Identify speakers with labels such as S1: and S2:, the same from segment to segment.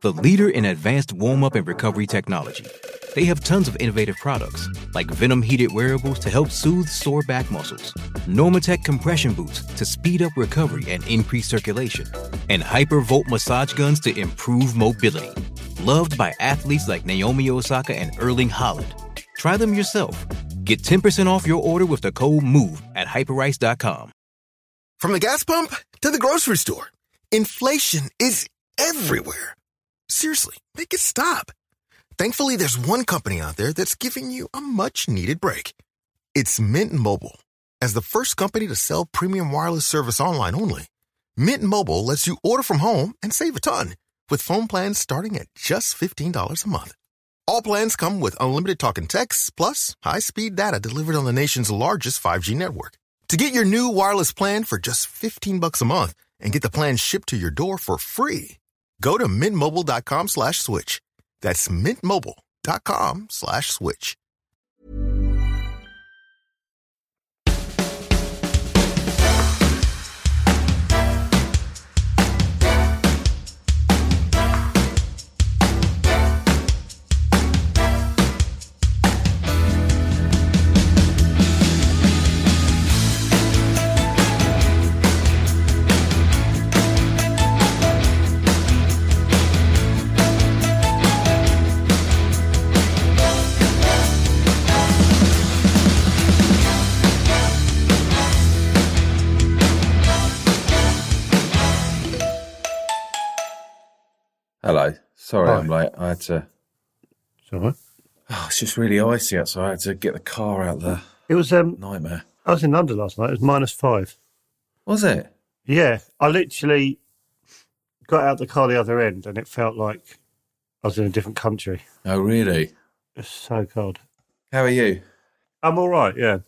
S1: the leader in advanced warm up and recovery technology. They have tons of innovative products, like Venom heated wearables to help soothe sore back muscles, Normatec compression boots to speed up recovery and increase circulation, and Hypervolt massage guns to improve mobility. Loved by athletes like Naomi Osaka and Erling Holland. Try them yourself. Get 10% off your order with the code MOVE at hyperrice.com.
S2: From the gas pump to the grocery store, inflation is everywhere. Seriously, make it stop. Thankfully, there's one company out there that's giving you a much needed break. It's Mint Mobile. As the first company to sell premium wireless service online only, Mint Mobile lets you order from home and save a ton with phone plans starting at just $15 a month. All plans come with unlimited talk and text, plus high speed data delivered on the nation's largest 5G network. To get your new wireless plan for just 15 bucks a month and get the plan shipped to your door for free, go to mintmobile.com slash switch. That's mintmobile.com slash switch.
S3: Hello. Sorry,
S4: Hi.
S3: I'm late. I had to.
S4: It's all right.
S3: Oh, it's just really icy outside. I had to get the car out there.
S4: It was. Um,
S3: Nightmare.
S4: I was in London last night. It was minus five.
S3: Was it?
S4: Yeah, I literally got out the car the other end, and it felt like I was in a different country.
S3: Oh, really?
S4: It's so cold.
S3: How are you?
S4: I'm all right. Yeah.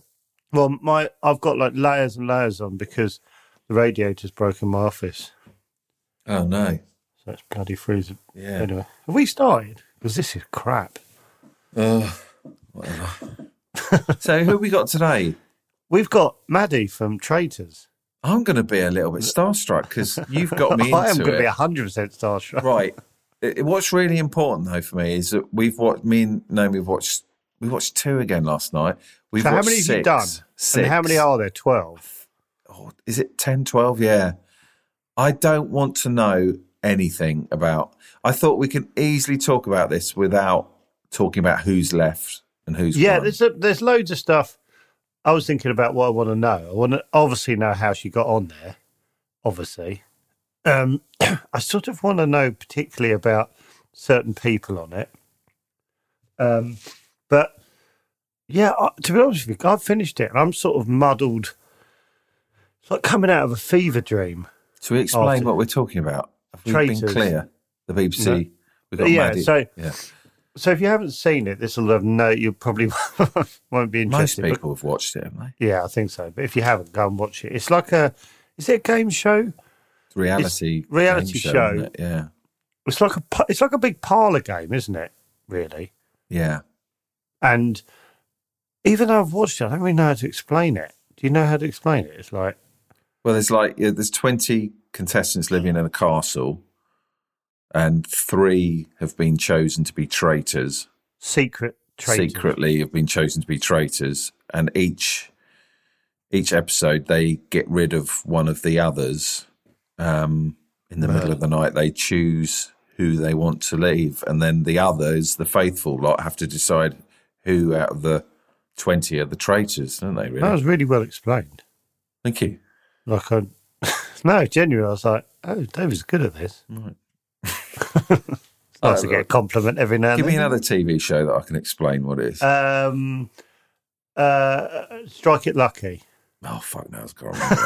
S4: Well, my I've got like layers and layers on because the radiator's broken my office,
S3: Oh no.
S4: so it's bloody freezing.
S3: Yeah.
S4: Anyway, have we started? Because this is crap.
S3: Oh, whatever. so, who we got today?
S4: We've got Maddie from Traitors.
S3: I'm going to be a little bit starstruck because you've got me into
S4: I am going to
S3: it.
S4: be hundred percent starstruck.
S3: right. It- What's really important though for me is that we've watched. Me and Naomi have watched. We watched two again last night. We've
S4: So how
S3: watched
S4: many
S3: six,
S4: have you done?
S3: Six.
S4: And how many are there? Twelve.
S3: oh, is it 10 12 yeah i don't want to know anything about i thought we can easily talk about this without talking about who's left and who's
S4: yeah,
S3: won.
S4: there's a, there's loads of stuff. I was thinking about what I want to know. I want to obviously know how she got on there. Obviously, um, I sort of want to know particularly about certain people on it. Um, but yeah, I, to be honest with you, I've finished it and I'm sort of muddled. It's like coming out of a fever dream.
S3: so we explain
S4: after-
S3: what we're talking about have we been
S4: Oh, Traitors.
S3: clear the bbc
S4: No.
S3: we've got
S4: Yeah,
S3: Maddie.
S4: so-
S3: yeah.
S4: So if you haven't seen it, this will have no. You probably won't be
S3: most
S4: interested. but-
S3: people have watched it haven't they
S4: Yeah, I think so. But if you haven't, go and watch it. It's like a, is it a game show?
S3: It's reality
S4: reality
S3: game
S4: show.
S3: isn't it? yeah
S4: It's like a, pa- it's like a big parlor game, isn't it? Really.
S3: yeah
S4: And even though I've watched it, I don't really know how to explain it. Do you know how to explain it? It's like,
S3: well there's like yeah, there's 20 contestants living in a castle and three have been chosen to be traitors
S4: secret traitors.
S3: secretly have been chosen to be traitors, and each each episode they get rid of one of the others. Um, in the middle of the night, they choose who they want to leave, and then the others, the faithful lot, have to decide who out of the twenty are the traitors, don't they? Really?
S4: That was really well explained.
S3: Thank you.
S4: Like I, no, genuinely, I was like, oh, David's good at this. it's nice to get a compliment every now and
S3: Oh, Give me
S4: then.
S3: another TV show that I can explain what it is.
S4: Um, uh, strike it lucky.
S3: oh fuck, no, I can't remember.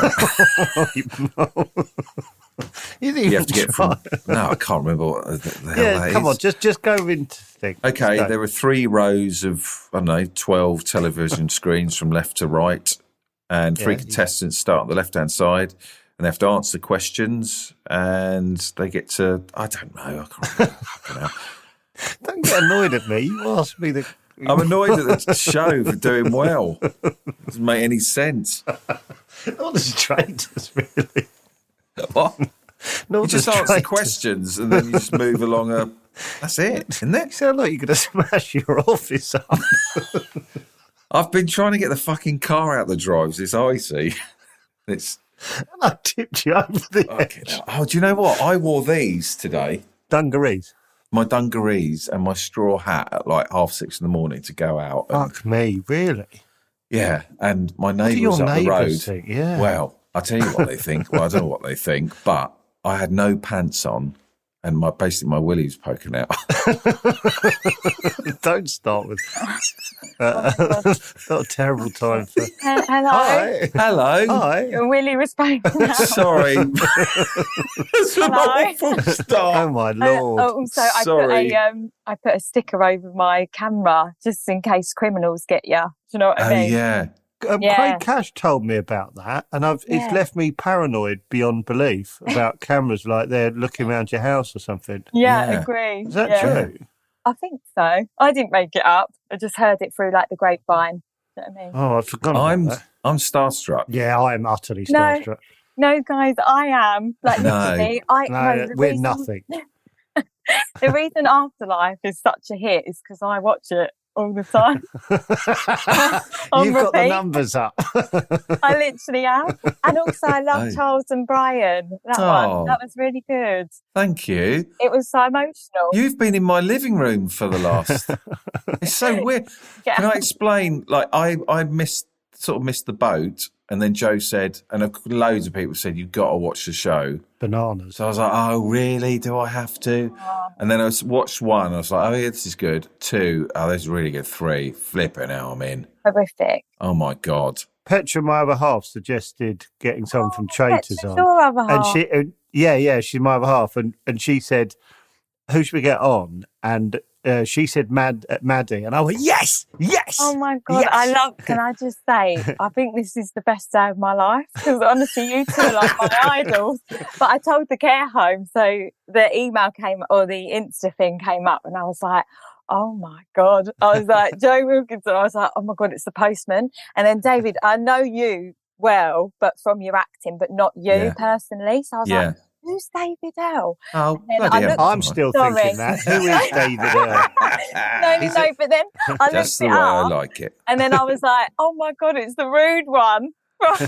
S4: Oh, you know. you didn't
S3: You
S4: even
S3: have to get
S4: try.
S3: from. No, I can't remember what the, the hell that
S4: Yeah,
S3: is.
S4: come on, just just go into things.
S3: Okay,
S4: Just go.
S3: there were three rows of I don't know twelve television screens from left to right, and three
S4: Yeah.
S3: contestants start on the left hand side, and they have to answer questions, and they get to I don't know. I can't remember. Fucking hell.
S4: Don't get annoyed at me. You asked me the.
S3: I'm annoyed at the show for doing well. Doesn't make any sense.
S4: Not as traitors, really.
S3: What?
S4: Not
S3: You just
S4: as
S3: answer
S4: traitors.
S3: questions, and then you just move along. A, that's it, isn't
S4: You
S3: it?
S4: sound like you're going to smash your office up.
S3: I've been trying to get the fucking car out the drives. It's icy. It's
S4: and I tipped you over the
S3: Fucking
S4: edge.
S3: hell. Oh, do you know what? I wore these today,
S4: Dungarees.
S3: my dungarees and my straw hat at like half six in the morning to go out. And,
S4: Fuck me, really?
S3: Yeah. And my
S4: do
S3: neighbours
S4: your
S3: up the road.
S4: neighbours think? Yeah.
S3: Well, I tell you what they think. Well, I don't know what they think, but I had no pants on and my basically my willy was poking out.
S4: Don't start with. Uh, not a terrible time for.
S5: Uh, hello.
S4: Hi.
S3: Hello.
S4: Hi.
S5: Your Willy was back now.
S3: Sorry. That's an
S5: Hello.
S3: awful
S4: Oh
S3: start.
S4: my
S5: Uh,
S4: lord.
S5: oh, also, I put
S3: Sorry.
S5: a um, I put a sticker over my camera just in case criminals get you. Do you know what
S3: Oh,
S5: I mean?
S3: yeah.
S4: um,
S5: yeah.
S4: Craig Cash told me about that, and I've, it's
S5: Yeah.
S4: left me paranoid beyond belief about cameras like they're looking around your house or something.
S5: Yeah,
S3: Yeah.
S5: agree.
S4: Is that
S5: yeah.
S4: true?
S5: I think so. I didn't make it up. I just heard it through like the grapevine. Do you know what I mean?
S4: Oh, I've forgotten.
S3: I'm
S4: about that.
S3: I'm starstruck.
S4: Yeah, I am utterly
S5: No.
S4: starstruck.
S5: No, guys, I am like
S3: No.
S5: literally. I
S4: No,
S5: the
S4: we're
S5: reason-
S4: nothing.
S5: The reason Afterlife is such a hit is because I watch it all the time. On
S4: You've got the
S5: repeat.
S4: numbers up.
S5: I literally am, and also I love
S3: Oh.
S5: Charles and Brian. That
S3: Oh.
S5: one, that was really good.
S3: Thank you.
S5: It was so emotional.
S3: You've been in my living room for the last. it's so weird.
S5: Yeah.
S3: Can I explain? Like, I I missed sort of missed the boat, and then Joe said, and a- loads of people said, "You've got to watch the show."
S4: Bananas.
S3: So I was like, "Oh, really? Do I have to?" And then I s- watched one. I was like, "Oh, yeah, this is good." Two, oh, this is really good. Three, flipping out. I'm in.
S5: horrific.
S3: Oh my god.
S4: Petra, my other half, suggested getting some
S5: Oh,
S4: from Traitors
S5: That's
S4: on.
S5: your other
S4: and
S5: half.
S4: she and yeah yeah she's my other half and and she said who should we get on and uh, she said Mad uh, Maddie and I went yes yes
S5: Oh my god, I
S4: Yes.
S5: love. Can I just say, I think this is the best day of my life because honestly, you two are like my idols. But I told the care home, so the email came or the Insta thing came up, and I was like. Oh my God. I was like, Joe Wilkinson. I was like, oh my God, it's the postman. And then, David, I know you well, but from your acting, but not you
S3: Yeah.
S5: personally. So I was
S3: Yeah.
S5: like, who's David L?
S3: Oh,
S5: then
S3: bloody
S5: I
S3: hell.
S5: looked-
S4: I'm still
S5: Sorry.
S4: thinking that who is David Earl
S5: No, no,
S4: Is
S5: no.
S4: it-
S5: But then I
S3: That's
S5: looked
S3: the
S5: it
S3: way I
S5: up.
S3: like it.
S5: And then I was like, oh my God, it's the rude one.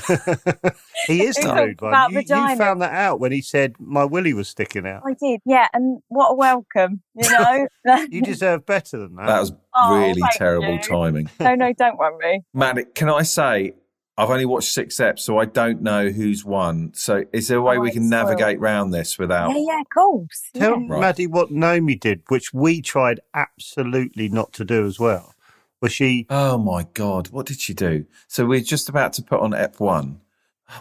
S4: he is
S5: Who
S4: the
S5: talks
S4: rude one
S5: about
S4: you, you
S5: vagina?
S4: found that out when he said my willy was sticking out
S5: I did, yeah. And what a welcome, you know?
S4: you deserve better than that,
S3: That was
S5: Oh,
S3: really
S5: thank
S3: terrible
S5: you.
S3: timing.
S5: no, no, don't worry.
S3: Matt, can I say I've only watched six eps, so I don't know who's won. So, is there a way
S5: Oh,
S3: we can
S5: it's
S3: navigate round this without?
S5: Yeah, yeah, of course.
S4: Oh. Tell
S5: yeah.
S3: Right.
S4: Maddie what Naomi did, which we tried absolutely not to do as well. Was she?
S3: Oh my god, what did she do? So we're just about to put on ep one.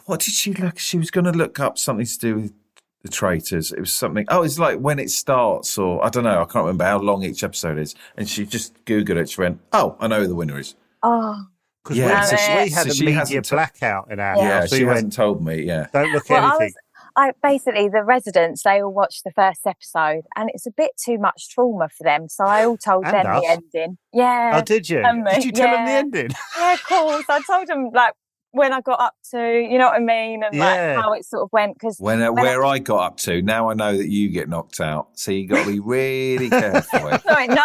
S3: What did she look? She was going to look up something to do with the traitors. It was something. Oh, it's like when it starts, or I don't know. I can't remember how long each episode is. And she just googled it. She went, "Oh, I know who the winner is."
S5: Oh,
S4: Because
S3: Yeah,
S4: we,
S5: so she-
S4: we had
S3: so
S4: a
S3: she
S4: media
S3: hasn't t-
S4: blackout in our
S5: Yeah,
S3: Yeah,
S4: house. so
S3: she
S4: you went,
S3: hasn't told me. Yeah,
S4: Don't look
S5: Well, I
S4: at
S5: was-
S4: anything.
S5: I basically, the residents, they all watched the first episode and it's a bit too much trauma for them. So I all told
S4: And
S5: them
S4: us.
S5: the ending. Yeah.
S4: Oh, did you?
S5: and me,
S4: Did you tell him the
S5: Um, yeah.
S4: ending?
S5: yeah, of course. I told them, like, when I got up to, you know what I mean? And
S4: Yeah.
S5: like how it sort of went. Because
S3: when uh,
S5: When I-
S3: where I got up to. Now I know that you get knocked out, so you got to be really careful. eh?
S5: no, no,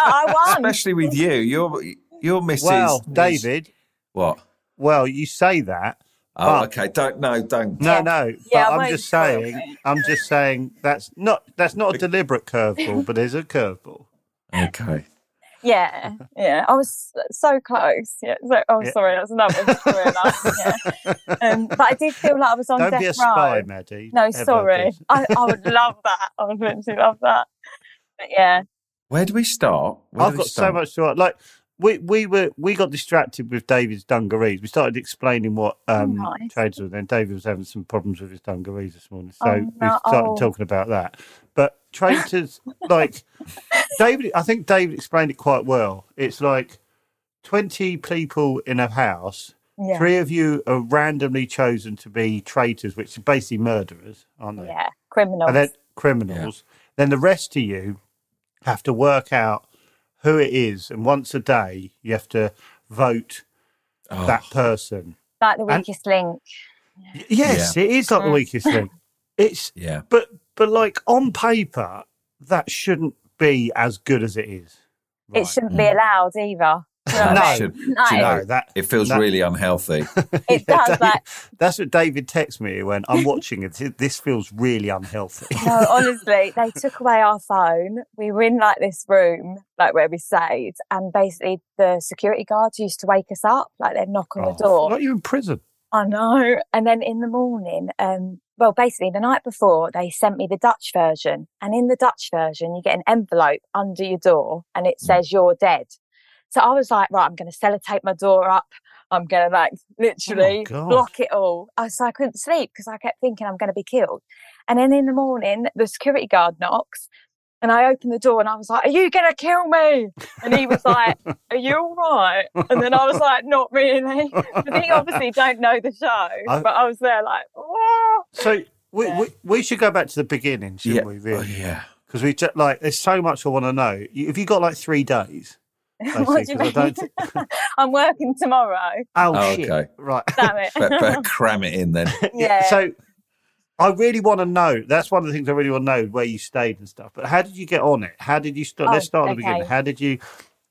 S5: I won.
S3: Especially with you, you're you're Mrs.
S4: Well,
S3: is-
S4: David,
S3: What?
S4: well, you say that.
S3: Oh,
S4: But-
S3: okay. Don't no, don't.
S4: No,
S5: Yeah.
S4: no.
S5: Yeah, I
S4: but I'm
S5: won't
S4: just
S5: spoil
S4: saying.
S5: it.
S4: I'm just saying that's not that's not a deliberate curveball, but there's a curveball.
S3: Okay.
S5: Yeah, yeah. I was so close. Yeah. So, oh,
S4: Yeah.
S5: sorry, that's another story. enough. Yeah. Um, but I did feel like I was on
S4: Don't
S5: death
S4: be a spy,
S5: row.
S4: Maddie.
S5: Um, No,
S4: Ever
S5: sorry.
S4: be-
S5: I, I would love that. I would literally love that. But yeah,
S3: Where do we start? Where do
S4: I've
S3: we
S4: got so
S3: start?
S4: much to like. we we were we got distracted with David's dungarees. We started explaining what um,
S5: Oh, nice.
S4: trades were. Then David was having some problems with his dungarees this morning, so
S5: Oh,
S4: we started
S5: no.
S4: talking about that. But traders like David, I think David explained it quite well. It's like twenty people in a house.
S5: Yeah.
S4: Three of you are randomly chosen to be traitors, which are basically murderers, aren't they?
S5: yeah. Criminals.
S4: and then criminals. Then the rest of you have to work out who it is, and once a day you have to vote
S3: Oh,
S4: that person.
S5: like the
S4: and-
S5: weakest link.
S4: Y- Yes, it is
S5: Mm.
S4: like the weakest link. It's
S3: Yeah.
S4: but but like on paper that shouldn't be as good as it is.
S5: It shouldn't be allowed either. You know what
S4: mm. No.
S5: I
S3: It should-
S5: No.
S3: do you know,
S4: No, that-
S3: it feels
S4: that-
S3: really unhealthy.
S5: It does, like-
S4: that's what David texted me when I'm watching it. This feels really unhealthy.
S5: mean? No, honestly, they took away our phone. We were in like this room, like where we stayed, and basically the security guards used to wake us up, like they'd knock
S4: Oh.
S5: on the door.
S4: Like you're in prison.
S5: I know. And then in the morning, um, well, basically the night before, they sent me the Dutch version. And in the Dutch version, you get an envelope under your door and it says you're dead. So I was like, right, I'm going to sellotape my door up. I'm going to like literally
S4: God.
S5: block it all. I, so I couldn't sleep because I kept thinking I'm going to be killed. And then in the morning, the security guard knocks and I opened the door and I was like, are you going to kill me? And he was like, are you all right? And then I was like, not really. But he obviously don't know the show. but I was there like, "Whoa."
S4: So we,
S5: Yeah.
S4: we we should go back to the beginning, shouldn't
S3: yeah.
S4: we? Really?
S3: Oh, yeah.
S4: because we just like there's so much I want to know. You- Have you got like three days?
S5: what do you
S4: Basically,
S5: mean?
S4: I
S5: I'm working tomorrow.
S4: Oh,
S3: Oh,
S4: shit!
S3: okay.
S4: Right.
S5: Damn it.
S3: But, but cram it in then.
S5: yeah.
S4: So I really want to know. That's one of the things I really want to know where you stayed and stuff. But how did you get on it? How did you start?
S5: Oh,
S4: Let's start at the
S5: okay.
S4: beginning. How did you?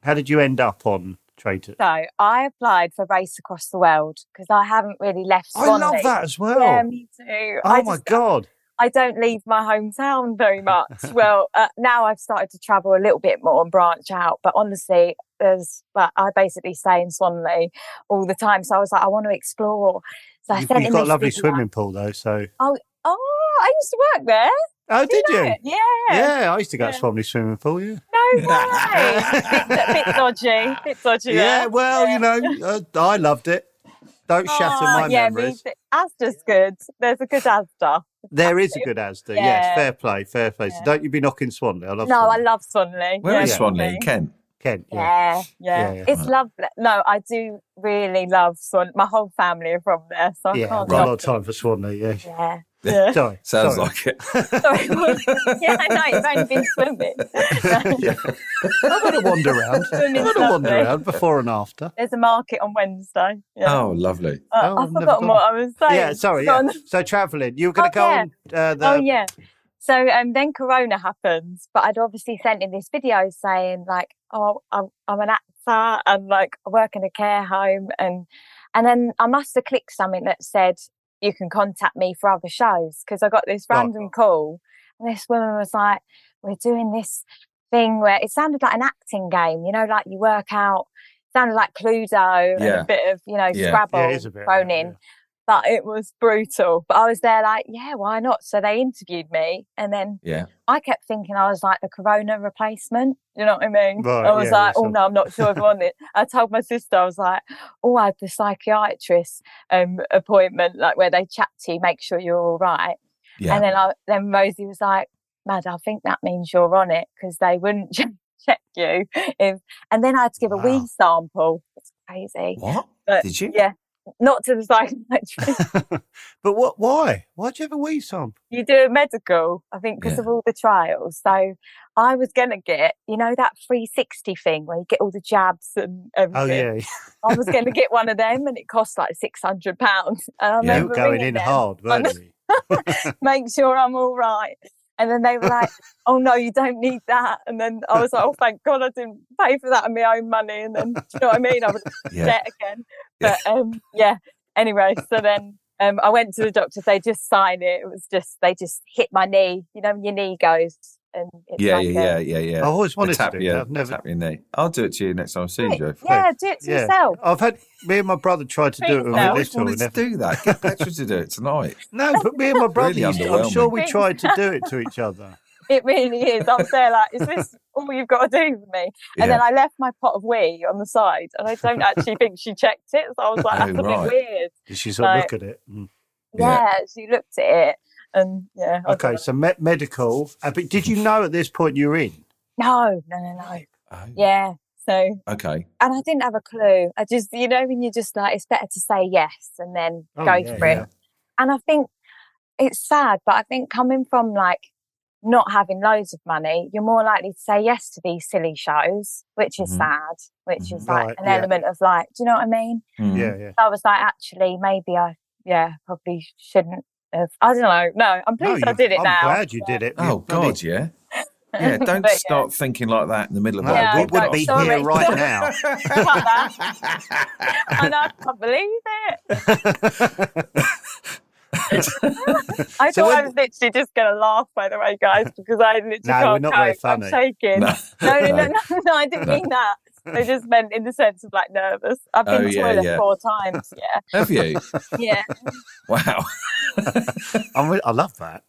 S4: How did you end up on Traitor?
S5: so I applied for Race Across the World because I haven't really left
S4: I
S5: Swanley.
S4: love that as well.
S5: Yeah, me too.
S4: oh
S5: I
S4: my
S5: just-
S4: god!
S5: I don't leave my hometown very much. well, uh, now I've started to travel a little bit more and branch out, but honestly, there's but I basically stay in Swanley all the time. So I was like, I want to explore. So I
S4: You've,
S5: sent
S4: you've
S5: him
S4: got a
S5: this
S4: lovely
S5: video.
S4: swimming pool though. So
S5: Oh, I used to work there.
S4: oh, did
S5: know
S4: you?
S5: it? Yeah.
S4: Yeah, I used to go to
S5: Yeah.
S4: Swamley swimming pool. Yeah.
S5: No way. bit, bit dodgy. Bit dodgy.
S4: Yeah.
S5: there.
S4: Well,
S5: Yeah.
S4: you know, uh, I loved it. Don't shatter
S5: Ah,
S4: my
S5: yeah, me
S4: memories.
S5: too. Asda's good. There's a good Asda.
S4: There is a good Asda. Yes,
S5: Yeah.
S4: fair play, fair play. So
S5: Yeah.
S4: don't you be knocking Swanley. I love
S5: No, I
S4: Swanley.
S5: love Swanley.
S3: Where
S5: yeah,
S3: is
S4: yeah.
S3: Swanley? In Kent.
S4: Kent. Yeah.
S5: Yeah,
S4: Yeah,
S5: yeah.
S4: yeah.
S5: It's lovely. No, I do really love Swan. My whole family are from there, so I
S4: Yeah, I've
S5: can't
S4: got a
S5: help
S4: lot of time for Swanley. Yeah.
S5: it. Yeah. Yeah.
S4: Sorry.
S3: Sounds
S4: sorry.
S3: like it.
S5: Sorry. yeah, I know. You've only been swimming.
S4: I want to wander around. I
S5: Swimming's
S3: Oh,
S4: want to wander
S5: lovely.
S4: around before and after.
S5: There's a market on Wednesday. Yeah.
S3: Oh, lovely.
S5: Uh,
S4: oh, I've
S5: I've
S4: never
S5: forgotten
S4: gone.
S5: what I was saying.
S4: yeah, sorry.
S5: Go
S4: Yeah.
S5: on.
S4: So travelling, you were going to
S5: Oh,
S4: go
S5: yeah.
S4: on uh, the.
S5: oh yeah so um then corona happened but i'd obviously sent him this video saying like oh i'm, I'm an actor and like i work in a care home and and then i must have clicked something that said you can contact me for other shows because i got this
S3: Oh,
S4: Right.
S5: random call and this woman was like we're doing this thing where it sounded like an acting game you know like you work out sounded like cluedo and
S3: Yeah.
S5: a bit of you know
S3: Yeah.
S5: scrabble
S4: Yeah, it is a bit.
S5: thrown in but it was brutal. But I was there like, yeah, why not? So they interviewed me and then
S3: Yeah.
S5: I kept thinking I was like the corona replacement. You know what I mean?
S4: Right,
S5: I was
S4: yeah,
S5: like,
S4: yeah,
S5: oh
S4: so-
S5: no, I'm not sure if I'm on it. I told my sister, I was like, oh, I had the psychiatrist um, appointment, like where they chat to you, make sure you're all right.
S3: Yeah.
S5: And then I, then Rosie was like, Mad, I think that means you're on it because they wouldn't check check you. If, and then I had to give a
S4: Wow.
S5: wee sample. It's crazy.
S3: What?
S5: But
S3: Did you?
S5: Yeah. Not to the psychiatrist.
S4: Yeah. but what? Why? Why do you have a wee song?
S5: you do a medical, I think, because
S3: Yeah.
S5: of all the trials. So I was going to get, you know, that 360 thing where you get all the jabs and everything.
S4: Oh yeah,
S5: I was going to get one of them and it cost like £600. And
S3: Yeah.
S5: I
S4: you
S5: remember
S4: were going
S5: ringing
S4: in
S5: them,
S4: hard, weren't you?
S5: Make sure I'm all right. And then they were like, oh no, you don't need that. And then I was like, oh, thank God I didn't pay for that on my own money. And then, do you know what I mean? I was
S3: Yeah.
S5: debt again.
S3: Yeah.
S5: But um, yeah. Anyway, so then um, I went to the doctor. They just sign it. It was just they just hit my knee. You know, when your knee goes and it's
S3: Yeah,
S5: like
S3: yeah,
S5: a-
S3: yeah, yeah, yeah.
S4: I always
S3: The
S4: wanted
S3: tap,
S4: to do
S3: yeah,
S4: that. I've never.
S3: tap your knee. I'll do it to you next time I see you,
S5: Right.
S3: Joe.
S5: Yeah, do it to
S4: Yeah.
S5: yourself.
S4: I've had me and my brother tried to do it when we
S5: I've
S3: I
S4: lived
S3: always
S4: till we
S3: wanted to
S4: never
S3: do that. Get Petra to do it tonight.
S4: No, but me and my brother,
S3: Really
S4: used to- I'm sure
S3: underwhelming.
S4: we tried to do it to each other.
S5: It really is. I'm there like, is this all you've got to do for me? And then I left my pot of wee on the side, and I don't actually think she checked it. So I was like,
S3: Oh,
S5: that's a
S3: right.
S5: bit weird.
S4: Did she sort of
S5: No.
S4: look at it? Mm.
S3: Yeah.
S5: Yeah, she looked at it, and yeah. I was
S4: Okay,
S5: like,
S4: so me- medical. Uh, but did you know at this point you were in?
S5: no, no, no, no.
S3: Oh,
S5: Yeah. So,
S3: Okay.
S5: and I didn't have a clue. I just, you know, when you're just like, it's better to say yes and then
S4: Oh,
S5: go
S4: yeah,
S5: for it.
S4: yeah.
S5: and I think it's sad, but I think coming from like not having loads of money, you're more likely to say yes to these silly shows, which is
S3: Mhm.
S5: sad, which is
S4: Mhm.
S5: like
S4: Mm-hmm. Right,
S5: an
S4: yeah.
S5: element of like, do you know what I mean?
S3: Mm.
S4: Yeah, yeah.
S5: I was like, actually, maybe I, yeah, probably shouldn't have. I don't know. No, I'm pleased I
S4: you-
S5: did it
S4: I'm
S5: now.
S4: glad you did it.
S3: Oh
S4: You bloody-
S3: God, yeah. Yeah, don't
S5: But, yeah.
S3: start thinking like that in the middle of
S4: No,
S3: our
S5: Yeah,
S4: we
S5: I
S4: would
S5: don't-
S4: be
S3: podcast.
S4: here
S5: sorry.
S4: right now.
S5: And I can't believe it. I
S4: So
S5: thought I
S4: when-
S5: was literally just going to laugh, by the way, guys, because I literally
S4: No, we're
S5: can't
S4: not very
S5: cope. I'm
S4: funny.
S5: shaking.
S3: No.
S5: No, no, no,
S3: No.
S5: no, no, I didn't
S3: No.
S5: mean that. I just meant in the sense of like nervous. I've
S3: Oh,
S5: been to
S3: yeah,
S5: toilet
S3: yeah.
S5: four times. Yeah,
S3: Have you?
S5: yeah.
S3: Wow.
S4: I'm re- I love that.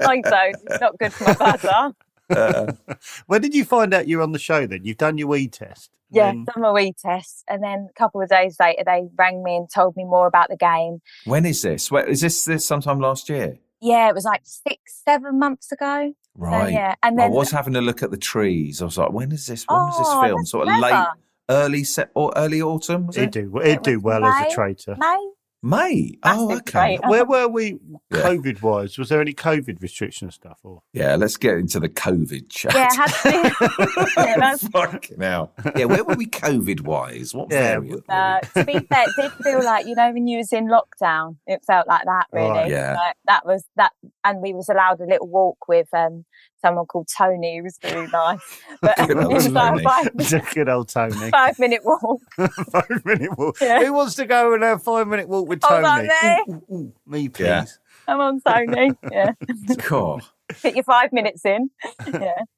S5: Like those, it's not good for my
S4: Mm.
S5: bladder.
S3: Uh,
S4: When did you find out you're on the show then? You've done your wee test. and
S5: Yeah,
S4: then-
S5: done my wee test, and then a couple of days later, they rang me and told me more about the game.
S3: when is this? Where, is this this sometime last year?
S5: Yeah, it was like six, seven months ago. So,
S3: Right.
S5: Uh, yeah, and then
S3: I was having a look at the trees. I was like, when is this? When was
S5: Oh,
S3: this film?
S5: that's
S3: Sort of
S5: clever.
S3: late, early set or early autumn? Was
S4: It'd
S3: it?
S4: do, it'd do
S5: was
S4: well as a
S5: May.
S4: traitor.
S5: May.
S3: May. Oh,
S5: That's
S3: okay.
S5: great.
S4: Where were we
S3: Yeah.
S4: COVID wise? Was there any COVID restriction and stuff? Or
S3: Yeah, let's get into the COVID chat.
S5: Yeah, had to. yeah, that's
S3: Fucking hell. Yeah, where were we COVID wise? What
S4: Yeah,
S3: variant?
S5: No, to be fair, it did feel like you know when you was in lockdown, it felt like that really.
S4: Right.
S3: Oh, Yeah.
S5: Like, that was that, and we was allowed a little walk with um someone called Tony, who was really nice. But
S3: Good
S5: it
S3: old
S5: was like
S3: Tony.
S5: a five,
S4: good old Tony.
S5: five minute walk.
S4: five minute walk.
S5: Yeah. Oh,
S4: Who wants to go on a five minute walk with
S5: Hold
S4: Tony?
S5: on there.
S4: Ooh, ooh, ooh, me, please.
S3: Yeah.
S5: I'm on Tony. Yeah,
S3: God.
S5: put your five minutes in.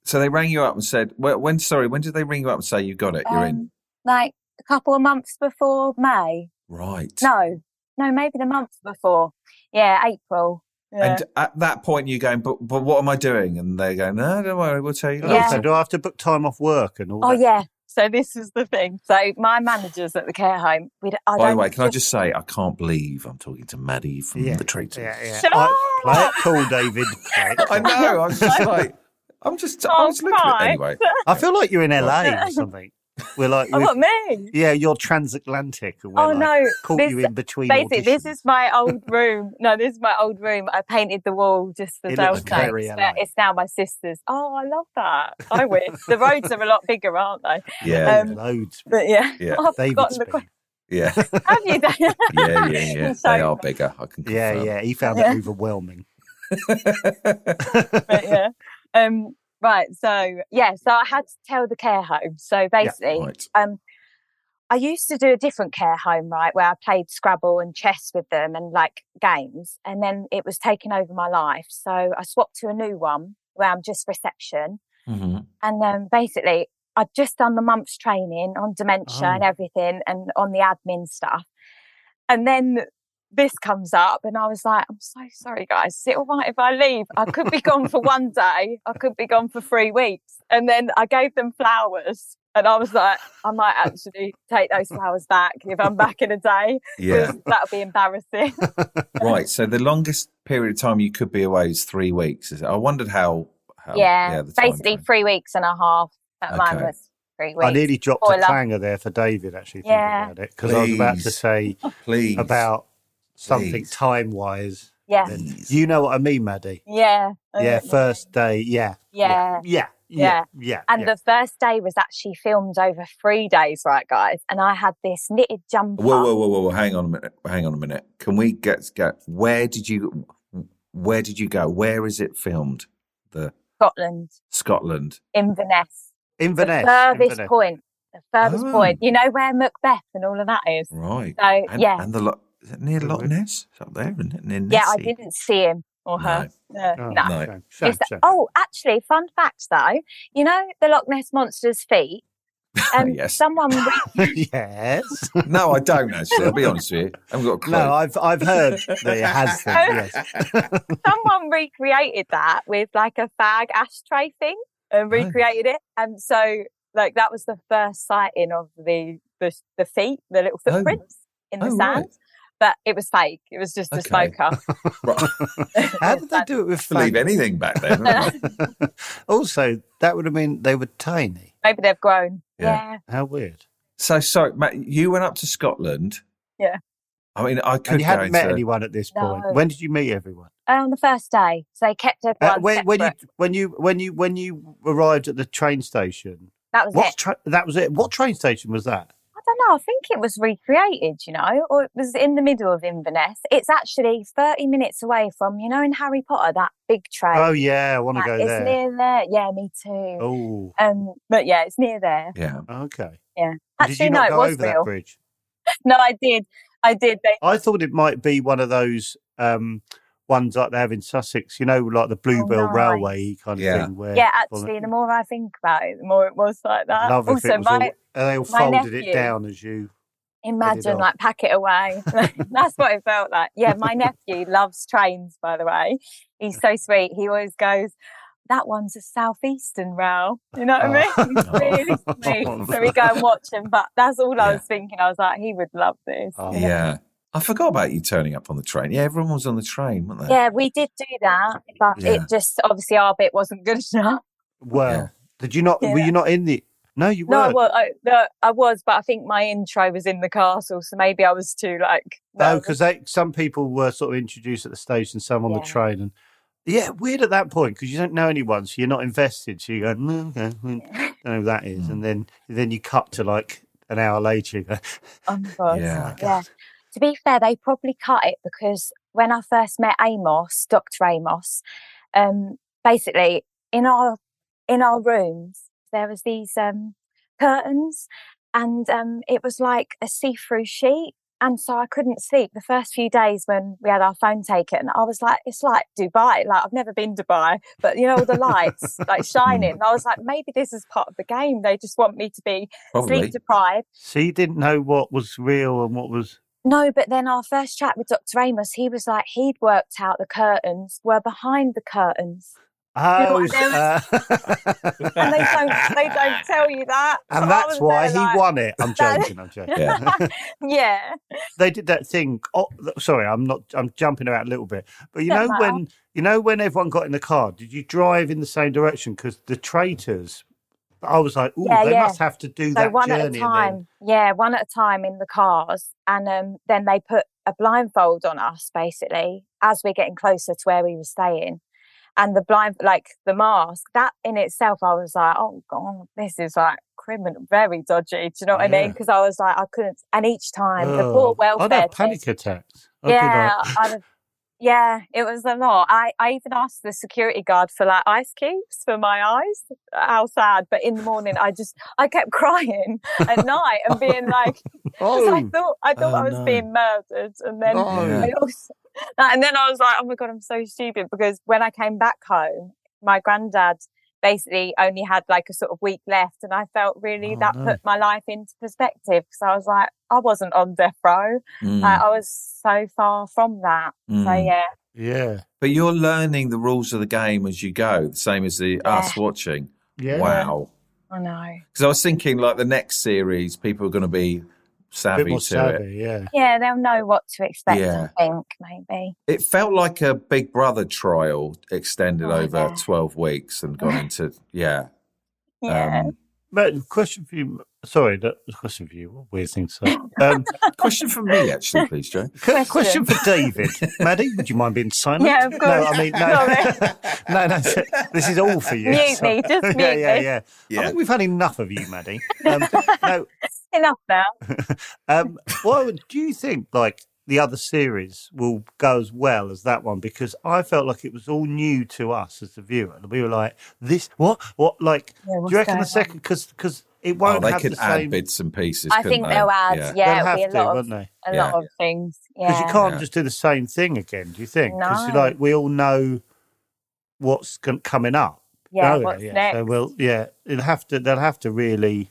S3: So they rang you up and said, well, when, sorry, when did they ring you up and say you got it? You're in.
S5: Um, like a couple of months before May.
S3: Right.
S5: No, no, maybe the month before. Yeah, April. Yeah.
S3: And at that point, you're going, but, but what am I doing? And they're going, no, don't worry, we'll tell you
S4: Oh,
S5: Yeah.
S4: So
S3: later.
S4: do I have to book time off work and all
S5: oh
S4: that?
S5: yeah. So this is the thing. So my managers at the care home. We d- I
S3: By the
S5: don't
S3: way, can I just say, I can't believe I'm talking to Maddie from
S4: Yeah.
S3: The Traitor.
S4: Yeah, yeah.
S5: Shut
S4: I- play
S5: up!
S4: it cool, David. Play it
S3: I
S4: cool.
S3: know. I was just like, I'm just, I
S5: Oh,
S3: was looking at
S5: Christ.
S3: anyway.
S4: I feel like you're in LA or something. We're like,
S5: Oh,
S4: we've-
S5: what me?
S4: yeah, you're transatlantic. And we're
S5: Oh,
S4: like,
S5: no,
S4: Caught
S5: this-
S4: you in between.
S5: Basically, this
S4: auditions.
S5: is my old room. No, this is my old room. I painted the wall just for
S4: It looks
S5: Dale's sake.
S4: very LA.
S5: but It's now my sister's. Oh, I love that. I wish. the roads are a lot bigger, aren't they?
S3: Yeah.
S5: um,
S4: loads.
S5: But yeah.
S3: Yeah.
S5: Oh, I've
S4: David's
S5: forgotten the
S4: been.
S5: que-
S3: yeah.
S5: Have you done?
S3: Yeah, yeah, yeah.
S5: So-
S3: They are bigger. I can
S4: Yeah,
S3: confirm.
S4: yeah. He found
S5: Yeah.
S4: it overwhelming.
S5: but yeah. Um, right. So, yeah. So I had to tell the care home. So basically,
S3: Right.
S5: um, I used to do a different care home, right, where I played Scrabble and chess with them and like games. And then it was taking over my life. So I swapped to a new one where I'm just reception.
S3: Mhm.
S5: And um, basically, I'd just done the month's training on dementia and everything and on the admin stuff. And then this comes up, and I was like, I'm so sorry, guys. Is it all right if I leave? I could be gone for one day, I could be gone for three weeks. And then I gave them flowers. And I was like, I might actually take those flowers back if I'm back in a day. 'cause
S3: Yeah.
S5: That'll be embarrassing.
S3: right. So the longest period of time you could be away is three weeks. Is it? I wondered how. how
S5: yeah.
S3: Oh, the time
S5: basically,
S3: frame.
S5: three weeks and a half. But mine
S3: Okay.
S5: was three weeks.
S4: I nearly dropped
S5: Oh, I
S4: a
S5: love-
S4: clanger there for David, actually, thinking
S5: Yeah.
S4: about it. Because I was about to
S3: Please.
S4: say
S3: Please.
S4: about something
S3: Please.
S4: time wise.
S5: yeah.
S4: You know what I mean, Maddie.
S5: Oh, Yeah.
S4: Yeah, first day. Yeah.
S5: Yeah.
S4: Yeah. Yeah. Yeah.
S5: And
S4: yeah.
S5: the first day was actually filmed over three days, right, guys? And I had this knitted jumper.
S3: Whoa, whoa, whoa, whoa, whoa! Hang on a minute. Hang on a minute. Can we get get? Where did you? Where did you go? Where is it filmed? The
S5: Scotland,
S3: Scotland.
S5: Inverness.
S4: Inverness.
S5: The furthest
S4: Inverness.
S5: point. The furthest
S3: Oh.
S5: point. You know where Macbeth and all of that is?
S3: Right.
S5: So,
S3: and,
S5: yeah.
S3: And the lot. Is it near Loch
S4: Right.
S3: Ness? It's up there, isn't it? Near
S5: yeah, I
S3: Nessie?
S5: didn't see him or her. No.
S4: Oh,
S5: no.
S3: No.
S4: shame, shame,
S5: It's-
S4: shame.
S5: oh, actually, fun fact though, you know the Loch Ness Monster's feet? And
S3: Yes.
S5: someone re-
S4: yes.
S3: No, I don't actually. I'll be honest with you. I haven't got a clue.
S4: No, I've I've heard that it has them. Yes.
S5: someone recreated that with like a fag ashtray thing
S4: Oh.
S5: and
S3: Right.
S5: recreated it. And so like that was the first sighting of the the, the feet, the little
S3: Oh.
S5: footprints in the
S3: Oh,
S5: sand.
S3: right.
S5: But it was fake. It was just a
S3: Okay.
S5: smoker.
S3: Right.
S4: How did they do it with
S3: Believe
S4: flag?
S3: anything back then. haven't I?
S4: Also, that would have meant they were tiny.
S5: Maybe they've grown.
S3: Yeah.
S5: Yeah.
S4: How weird.
S3: so, so Matt, you went up to Scotland.
S5: Yeah.
S3: I mean, I could
S4: And you
S3: go
S4: hadn't met
S3: into-
S4: anyone at this point.
S5: No.
S4: When did you meet everyone?
S5: Uh, On the first day. So they kept
S4: Uh,
S5: everyone.
S4: when, when you
S5: separate.
S4: when you when you when you arrived at the train station,
S5: that was
S4: what
S5: it.
S4: tra- that was it? What train station was that?
S5: I don't know. I think it was recreated, you know, or it was in the middle of Inverness. It's actually 30 minutes away from, you know, in Harry Potter, that big train.
S4: Oh yeah, I want to
S5: That
S4: go
S5: is
S4: there.
S5: near there. Yeah, me too.
S4: Oh,
S5: Um, but yeah, it's near there.
S3: Yeah.
S4: okay. did
S5: Actually,
S4: you
S5: no,
S4: not
S5: it
S4: go
S5: was
S4: over
S5: real.
S4: that bridge?
S5: No, I did. I did. They,
S4: I thought it might be one of those um, ones like they have in Sussex, you know, like the Bluebell
S5: no.
S4: Railway kind of
S3: Yeah.
S4: thing. Where
S5: Oh, yeah, actually, the more I think about it, the more it was like that.
S4: Love if
S5: also,
S4: it was all,
S5: my
S4: and they all
S5: my
S4: folded it
S5: nephew-
S4: down as you.
S5: imagine
S4: off.
S5: like pack it away. That's what it felt like. Yeah, my nephew loves trains. By the way, he's so sweet. He always goes. That one's a southeastern rail. You know what I mean?
S4: Oh.
S5: It's really sweet. So we go and watch him. But that's all I was thinking. I was like, he would love this.
S4: Oh.
S3: Yeah. I forgot about you turning up on the train. Yeah, everyone was on the train, weren't they?
S5: Yeah, we did do that, but
S3: Yeah.
S5: it just obviously our bit wasn't good enough.
S4: Well,
S3: Yeah.
S4: did you not? Were
S5: Yeah.
S4: you not in the? No, you
S5: No,
S4: weren't.
S5: well, I, no, I was, but I think my intro was in the castle, so maybe I was too like.
S4: No,
S5: nervous.
S4: because Oh, some people were sort of introduced at the station, some on the
S5: Yeah.
S4: train, and yeah, weird at that point because you don't know anyone, so you're not invested. So you go, mm, okay, mm, don't know who that is,
S3: Hmm.
S4: and then then you cut to like an hour later. You go,
S5: Oh my God.
S3: Yeah.
S5: Yeah. To be fair, they probably cut it because when I first met Amos, Dr. Amos, um, basically in our in our rooms there was these um, curtains, and um, it was like a see-through sheet. And so I couldn't sleep the first few days when we had our phone taken. I was like, it's like Dubai. Like I've never been Dubai, but you know all the lights like shining. I was like, maybe this is part of the game. They just want me to be
S3: Probably.
S5: sleep deprived.
S4: so you didn't know what was real and what was.
S5: No, but then our first chat with Dr. Amos, he was like, he'd worked out the curtains were behind the curtains.
S4: Oh,
S5: there
S4: uh,
S5: And they don't they don't tell you that. So I
S4: and that's
S5: was
S4: why
S5: there
S4: he
S5: like-
S4: won it. I'm joking. I'm joking.
S3: Yeah.
S5: Yeah.
S4: they did that thing. Oh, th- sorry, I'm not. I'm jumping around a little bit, but you know
S5: Don't matter.
S4: when you know when everyone got in the car. Did you drive in the same direction? Because the traitors, I was like, oh,
S5: Yeah,
S4: they
S5: yeah.
S4: must have to do
S5: So
S4: that
S5: one
S4: journey.
S5: at a
S4: and then-
S5: time. Yeah, one at a time in the cars. And um, then they put a blindfold on us basically as we're getting closer to where we were staying. And the blind like the mask, that in itself I was like, oh god, this is like criminal very dodgy. Do you know what I
S4: Yeah.
S5: mean? Because I was like, I couldn't and each time the
S4: Oh,
S5: poor welfare
S4: I'd have
S5: check-
S4: panic attacks. I'd be
S5: yeah,
S4: like,
S5: I'd have- yeah, it was a lot. I, I even asked the security guard for like ice cubes for my eyes. How sad! But in the morning, I just I kept crying at night and being like, 'cause I
S4: oh,
S5: thought I thought
S4: Oh,
S5: I was
S4: no. Oh.
S5: being murdered, and then
S4: no.
S3: Yeah.
S5: I also, and then I was like, oh my god, I'm so stupid because when I came back home, my granddad basically only had like a sort of week left, and I felt really
S4: Oh,
S5: that
S4: no.
S5: put my life into perspective because I was like, I wasn't on death row.
S3: Mm,
S5: Like, uh, I was so far from that. So
S3: mm.
S5: yeah,
S4: yeah,
S3: But you're learning the rules of the game as you go, the same as the us watching.
S4: yeah.
S3: Wow.
S5: I know.
S3: Because I was thinking, like the next series, people are going to be
S4: A
S3: savvy
S4: bit
S3: to
S4: more
S3: it.
S4: savvy, yeah.
S5: Yeah, they'll know what to expect.
S3: Yeah.
S5: I think maybe.
S3: It felt like a Big Brother trial extended
S5: Oh,
S3: over
S5: yeah.
S3: twelve weeks and gone into yeah.
S5: Yeah.
S3: Um,
S4: But the question for you. Sorry, the the question for you. What weird thing to say. Um,
S3: question for me, actually, please, Joe.
S4: Qu- Question for David. Maddie, would you mind being silent?
S5: Yeah, of
S4: No,
S5: course.
S4: I mean, no. no, no, so- this is all for you.
S5: Mute
S4: so-
S5: me, just mute
S4: yeah, yeah,
S5: me.
S4: yeah, I
S3: Yeah.
S4: think we've had enough of you, Maddie. Um, no,
S5: Enough now.
S4: um, what do you think, like, the other series will go as well as that one? Because I felt like it was all new to us as the viewer. We were like, this, what, what, like,
S5: Yeah,
S4: do
S5: what's
S4: you reckon the
S5: going
S4: second, because it
S3: Oh,
S4: won't
S3: they
S4: have
S3: could
S4: the
S3: add
S4: same,
S3: bits and pieces.
S5: I
S3: couldn't
S5: think
S3: they?
S5: they'll add. Yeah,
S4: they'll have
S5: it'll be
S4: to,
S5: a lot
S4: won't
S5: of
S4: they?
S5: a
S3: Yeah.
S5: lot of things.
S4: Because
S5: Yeah.
S4: you can't
S3: Yeah.
S4: just do the same thing again, do you think? Because
S5: No.
S4: like we all know what's gon- coming up.
S5: yeah.
S4: don't we?
S5: What's
S4: yeah.
S5: next?
S4: So we'll, yeah, it'll have to. They'll have to really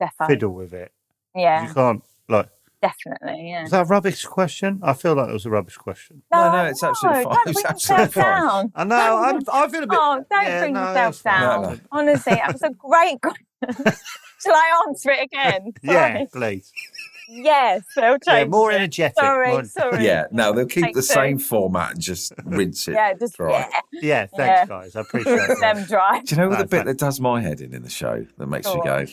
S5: defo.
S4: fiddle with it.
S5: Yeah,
S4: You can't like.
S5: definitely. Yeah.
S4: Is that a rubbish question? I feel like it was a rubbish question.
S3: No, no, it's absolutely fine.
S5: Don't
S3: It's
S5: bring
S3: absolutely
S5: yourself
S3: fine.
S5: down.
S4: I know. I'm, I feel a bit.
S5: Oh, don't
S4: Yeah,
S5: bring
S4: no, that's
S5: yourself
S4: fine.
S5: down.
S3: No, no.
S5: Honestly, that was a great question. Shall I answer it again?
S4: Yeah,
S5: Sorry.
S4: please.
S5: Yes, they'll change.
S4: Yeah, more
S5: it.
S4: energetic.
S5: Sorry,
S4: more-
S5: sorry.
S3: Yeah, no, they'll keep
S5: Take
S3: the
S5: two.
S3: same format and just rinse it.
S5: Yeah, just
S3: dry.
S5: yeah,
S4: Yeah, thanks,
S5: Yeah.
S4: guys. I appreciate
S5: keep them
S4: it.
S5: dry.
S3: Do you know
S4: No,
S3: the
S4: it's
S3: bit
S4: fine.
S3: that does my head in in the show that makes me
S5: Go
S3: go?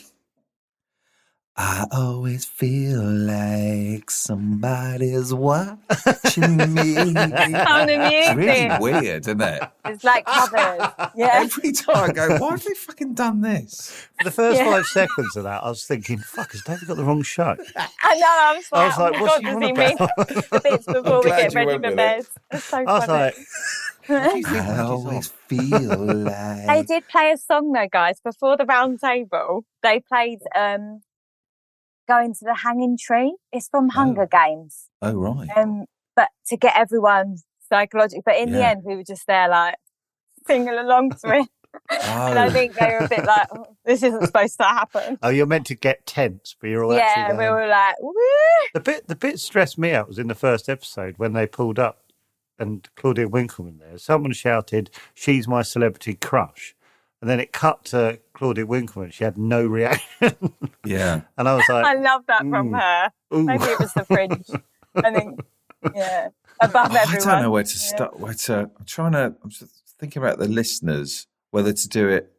S3: I always feel like somebody's watching me.
S5: Sound of
S3: it's really
S5: music.
S3: weird, isn't it?
S5: It's like covers. Yeah.
S3: Every time I go, why have they fucking done this?
S4: For the first
S5: Yeah.
S4: five seconds of that, I was thinking, fuck, has David got the wrong show?
S5: I know. I was
S4: I was
S5: like, oh
S4: like,
S5: my
S4: what's
S5: God,
S4: he
S5: does
S4: on
S5: he mean
S4: about?
S5: the bits before we
S3: glad
S5: get
S3: you
S5: ready
S3: went
S5: for
S3: with
S5: bed? It's so
S4: I was
S5: funny.
S4: like,
S3: I always feel like
S5: They did play a song though, guys. Before the round table, they played um, "Going to the Hanging Tree." It's from Hunger Games,
S3: Oh right.
S5: um, but to get everyone psychologically. But in the
S3: Yeah.
S5: end, we were just there like singing along to it, and I
S3: Oh,
S5: think they were a bit like, oh, "This isn't supposed to happen."
S4: oh, you're meant to get tense, but you're all
S5: yeah,
S4: actually
S5: we
S4: there.
S5: were like, "Woo!"
S4: The bit the bit stressed me out was in the first episode when they pulled up and Claudia Winkleman there. Someone shouted, "She's my celebrity crush," and then it cut to Claudia Winkleman. She had no reaction,
S3: yeah.
S4: and I was
S5: I
S4: like, mm.
S5: love that from
S4: Ooh.
S5: her.
S4: "Ooh,
S5: Maybe it was the fringe. I think, yeah, above
S3: Oh, I
S5: everyone.
S3: don't know where to
S5: Yeah.
S3: start. Where to? I'm trying to. I'm just thinking about the listeners. Whether to do it.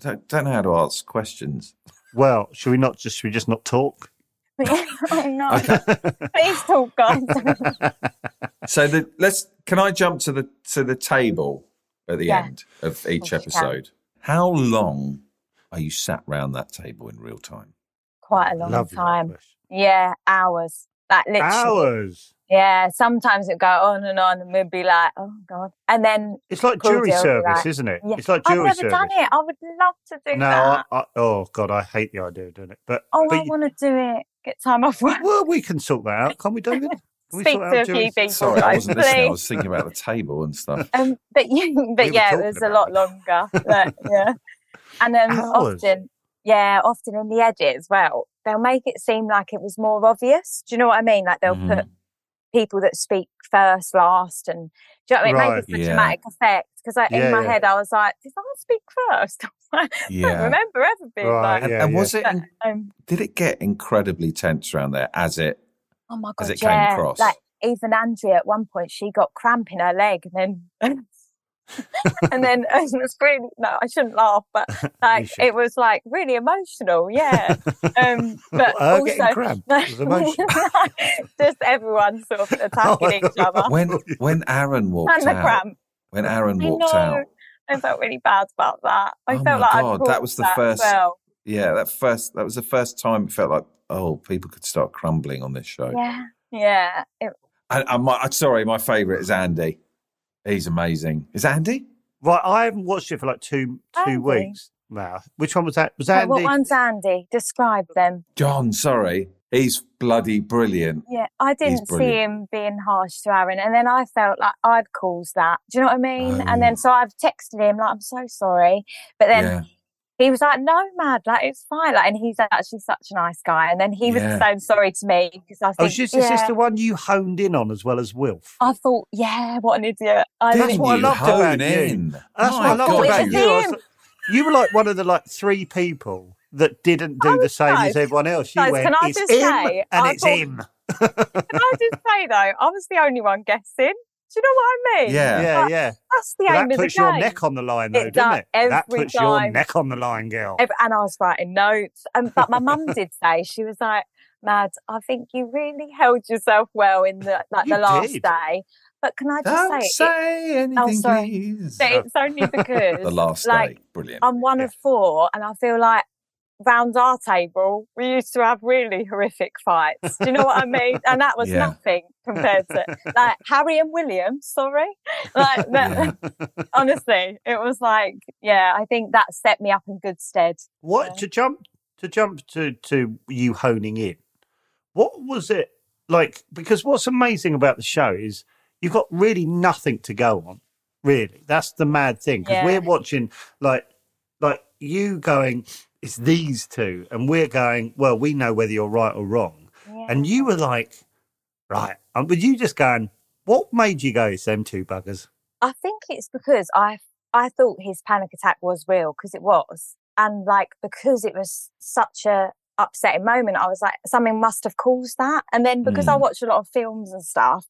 S3: I don't, don't know how to ask questions.
S4: well, should we not just should we just not talk?"
S5: oh no! Please talk, guys.
S3: So the, let's. Can I jump to the to the table at the
S5: Yeah.
S3: end of each
S5: course you can.
S3: episode? How long are you sat round that table in real time?
S5: Quite a long
S4: Lovely
S5: time.
S4: question.
S5: Yeah, hours. Like literally.
S4: Hours.
S5: Yeah, sometimes it go on and on, and we'd be like, "Oh God!" And then
S4: It's like
S5: Claudia
S4: jury
S5: would be
S4: service,
S5: like-
S4: isn't it?
S5: yeah,
S4: It's like
S5: I've
S4: jury
S5: never
S4: service.
S5: done it. I would love to do
S4: No, I,
S5: that.
S4: I, oh god, I hate the idea of doing it. But
S5: oh,
S4: but
S5: I
S4: you-
S5: want to do it. Get time off work.
S4: well, we can sort that out, can't we, David? Can we
S5: Speak
S4: sort
S5: to
S4: out
S5: a few
S4: jury-
S5: people,
S3: Sorry, I
S5: guys,
S3: wasn't listening. I
S5: please.
S3: was thinking about the table and stuff.
S5: Um, but yeah, but
S4: were
S5: yeah, it
S4: talking
S5: was a lot
S4: about
S5: longer. Like, yeah, and then
S4: Hours.
S5: often, yeah, often in the edit as well, they'll make it seem like it was more obvious. Do you know what I mean? Like they'll
S3: Mhm.
S5: put people that speak first, last, and do you know what I mean?
S4: Mm-hmm. Right,
S5: Make it for
S3: yeah.
S5: dramatic effect. Because like
S4: Yeah,
S5: in my
S4: yeah.
S5: head, I was like, did I speak first? I don't
S3: Yeah.
S5: remember everything.
S4: Right,
S5: like,
S4: yeah.
S3: and was it?
S5: but, um,
S3: Did it get incredibly tense around there as it
S5: oh my god,
S3: as it came
S5: yeah.
S3: across?
S5: Like even Andrea at one point, she got cramp in her leg, and then. and then it was really no, I shouldn't laugh, but like
S4: should.
S5: it was like really emotional, yeah. Um, but
S4: Her
S5: also,
S4: getting cramp was emotional.
S5: just everyone sort of attacking each other
S4: Oh.
S3: when when Aaron
S5: and
S3: Oh, walked
S5: the
S3: out.
S5: cramp.
S3: When Aaron
S5: I
S3: walked
S5: know.
S3: out.
S5: I felt really bad about that. I
S3: Oh
S5: felt
S3: my
S5: like I'd
S3: God, that
S5: caused
S3: was the
S5: as
S3: first-
S5: Well.
S3: Yeah, that first that was the first time it felt like oh, people could start crumbling on this show.
S5: Yeah, yeah. It,
S3: And I, my, I'm sorry, my favourite is Andy. He's amazing. Is Andy?
S4: Right, I haven't watched it for like two two
S5: Andy.
S4: weeks now. Which one was that? Was
S5: no,
S4: Andy?
S5: what one's Andy? Describe them.
S3: John, sorry. He's bloody brilliant.
S5: Yeah, I didn't see
S3: brilliant.
S5: him being harsh to Aaron, and then I felt like I'd caused that. Do you know what I mean? And
S3: Oh.
S5: then so I've texted him like I'm so sorry, but then
S3: yeah.
S5: he was like, "No, mad, like it's fine." Like, and he's actually such a nice guy. And then he was
S3: Yeah.
S5: saying sorry to me because I
S4: oh,
S5: think,
S4: is this, is
S5: yeah.
S4: this the one you honed in on as well as Wilf?
S5: I thought, yeah, what an idiot! I
S4: That's
S5: didn't-
S4: what I
S3: you
S4: loved
S3: hone
S4: about you.
S3: in.
S4: That's
S3: My
S4: what I loved
S3: God,
S4: about
S5: It's
S4: you.
S3: you.
S4: I was
S5: him.
S4: like- you were like one of the like three people that didn't do the same
S5: guys,
S4: as everyone else. You
S5: guys,
S4: went,
S5: can I
S4: it's
S5: just
S4: him
S5: say,
S4: and
S5: I
S4: it's
S5: thought-
S4: him.
S5: Can I just say though, I was the only one guessing. Do you know what I mean?
S3: Yeah.
S4: Yeah, yeah.
S5: that's the
S4: But
S5: aim
S4: that
S5: of the
S4: puts your
S5: game.
S4: neck on the line, though,
S5: It
S4: doesn't
S5: does
S4: it? That
S5: every
S4: puts your
S5: time.
S4: neck on the line, girl.
S5: Ev- and I was writing notes. And but my mum did say she was like, "Mad, I think you really held yourself well in the like
S4: You
S5: the last
S4: did.
S5: day." But can I just
S3: Don't
S5: say, it- Oh,
S3: say anything,
S5: sorry.
S3: please.
S5: that it's only because
S3: the last
S5: like,
S3: day. Brilliant.
S5: I'm one of four, and I feel like round our table we used to have really horrific fights. Do you know what I mean? And that was
S3: Yeah.
S5: nothing compared to like Harry and William. Sorry, like that, honestly, it was like yeah. I think that set me up in good stead.
S4: What
S5: Yeah.
S4: to jump to jump to to you honing in? What was it like? Because what's amazing about the show is you've got really nothing to go on. Really, that's the mad thing because
S5: Yeah.
S4: we're watching like like you going. it's these two. And we're going, well, we know whether you're right or wrong. And you were like, right. And was you just going, what made you go, it's them two buggers?
S5: I think it's because I I thought his panic attack was real because it was, and like because it was such a upsetting moment, I was like something must have caused that. And then because I
S3: Mm.
S5: watch a lot of films and stuff,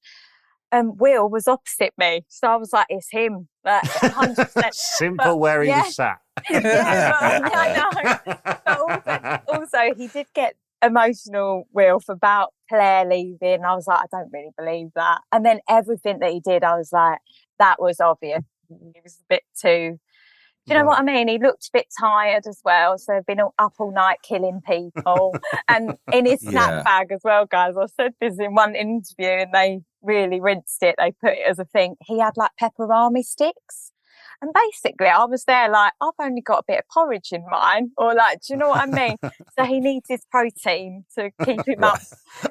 S5: um, Will was opposite me, so I was like, it's him, like hundred percent.
S4: Simple
S5: But-
S4: where he
S5: yeah.
S4: was sat.
S5: Yeah, but- yeah, I know. Oh, Also, he did get emotional, Will, for about Claire leaving. I was like, I don't really believe that. And then everything that he did, I was like, that was obvious. He was a bit too. Do you know what I mean? He looked a bit tired as well. So he'd been all- up all night killing people and in his snack
S3: Yeah.
S5: bag as well, guys. I said this in one interview and they really rinsed it. They put it as a thing. He had like pepperami sticks. And basically, I was there like, I've only got a bit of porridge in mine, or like, do you know what I mean? so he needs his protein to keep him up.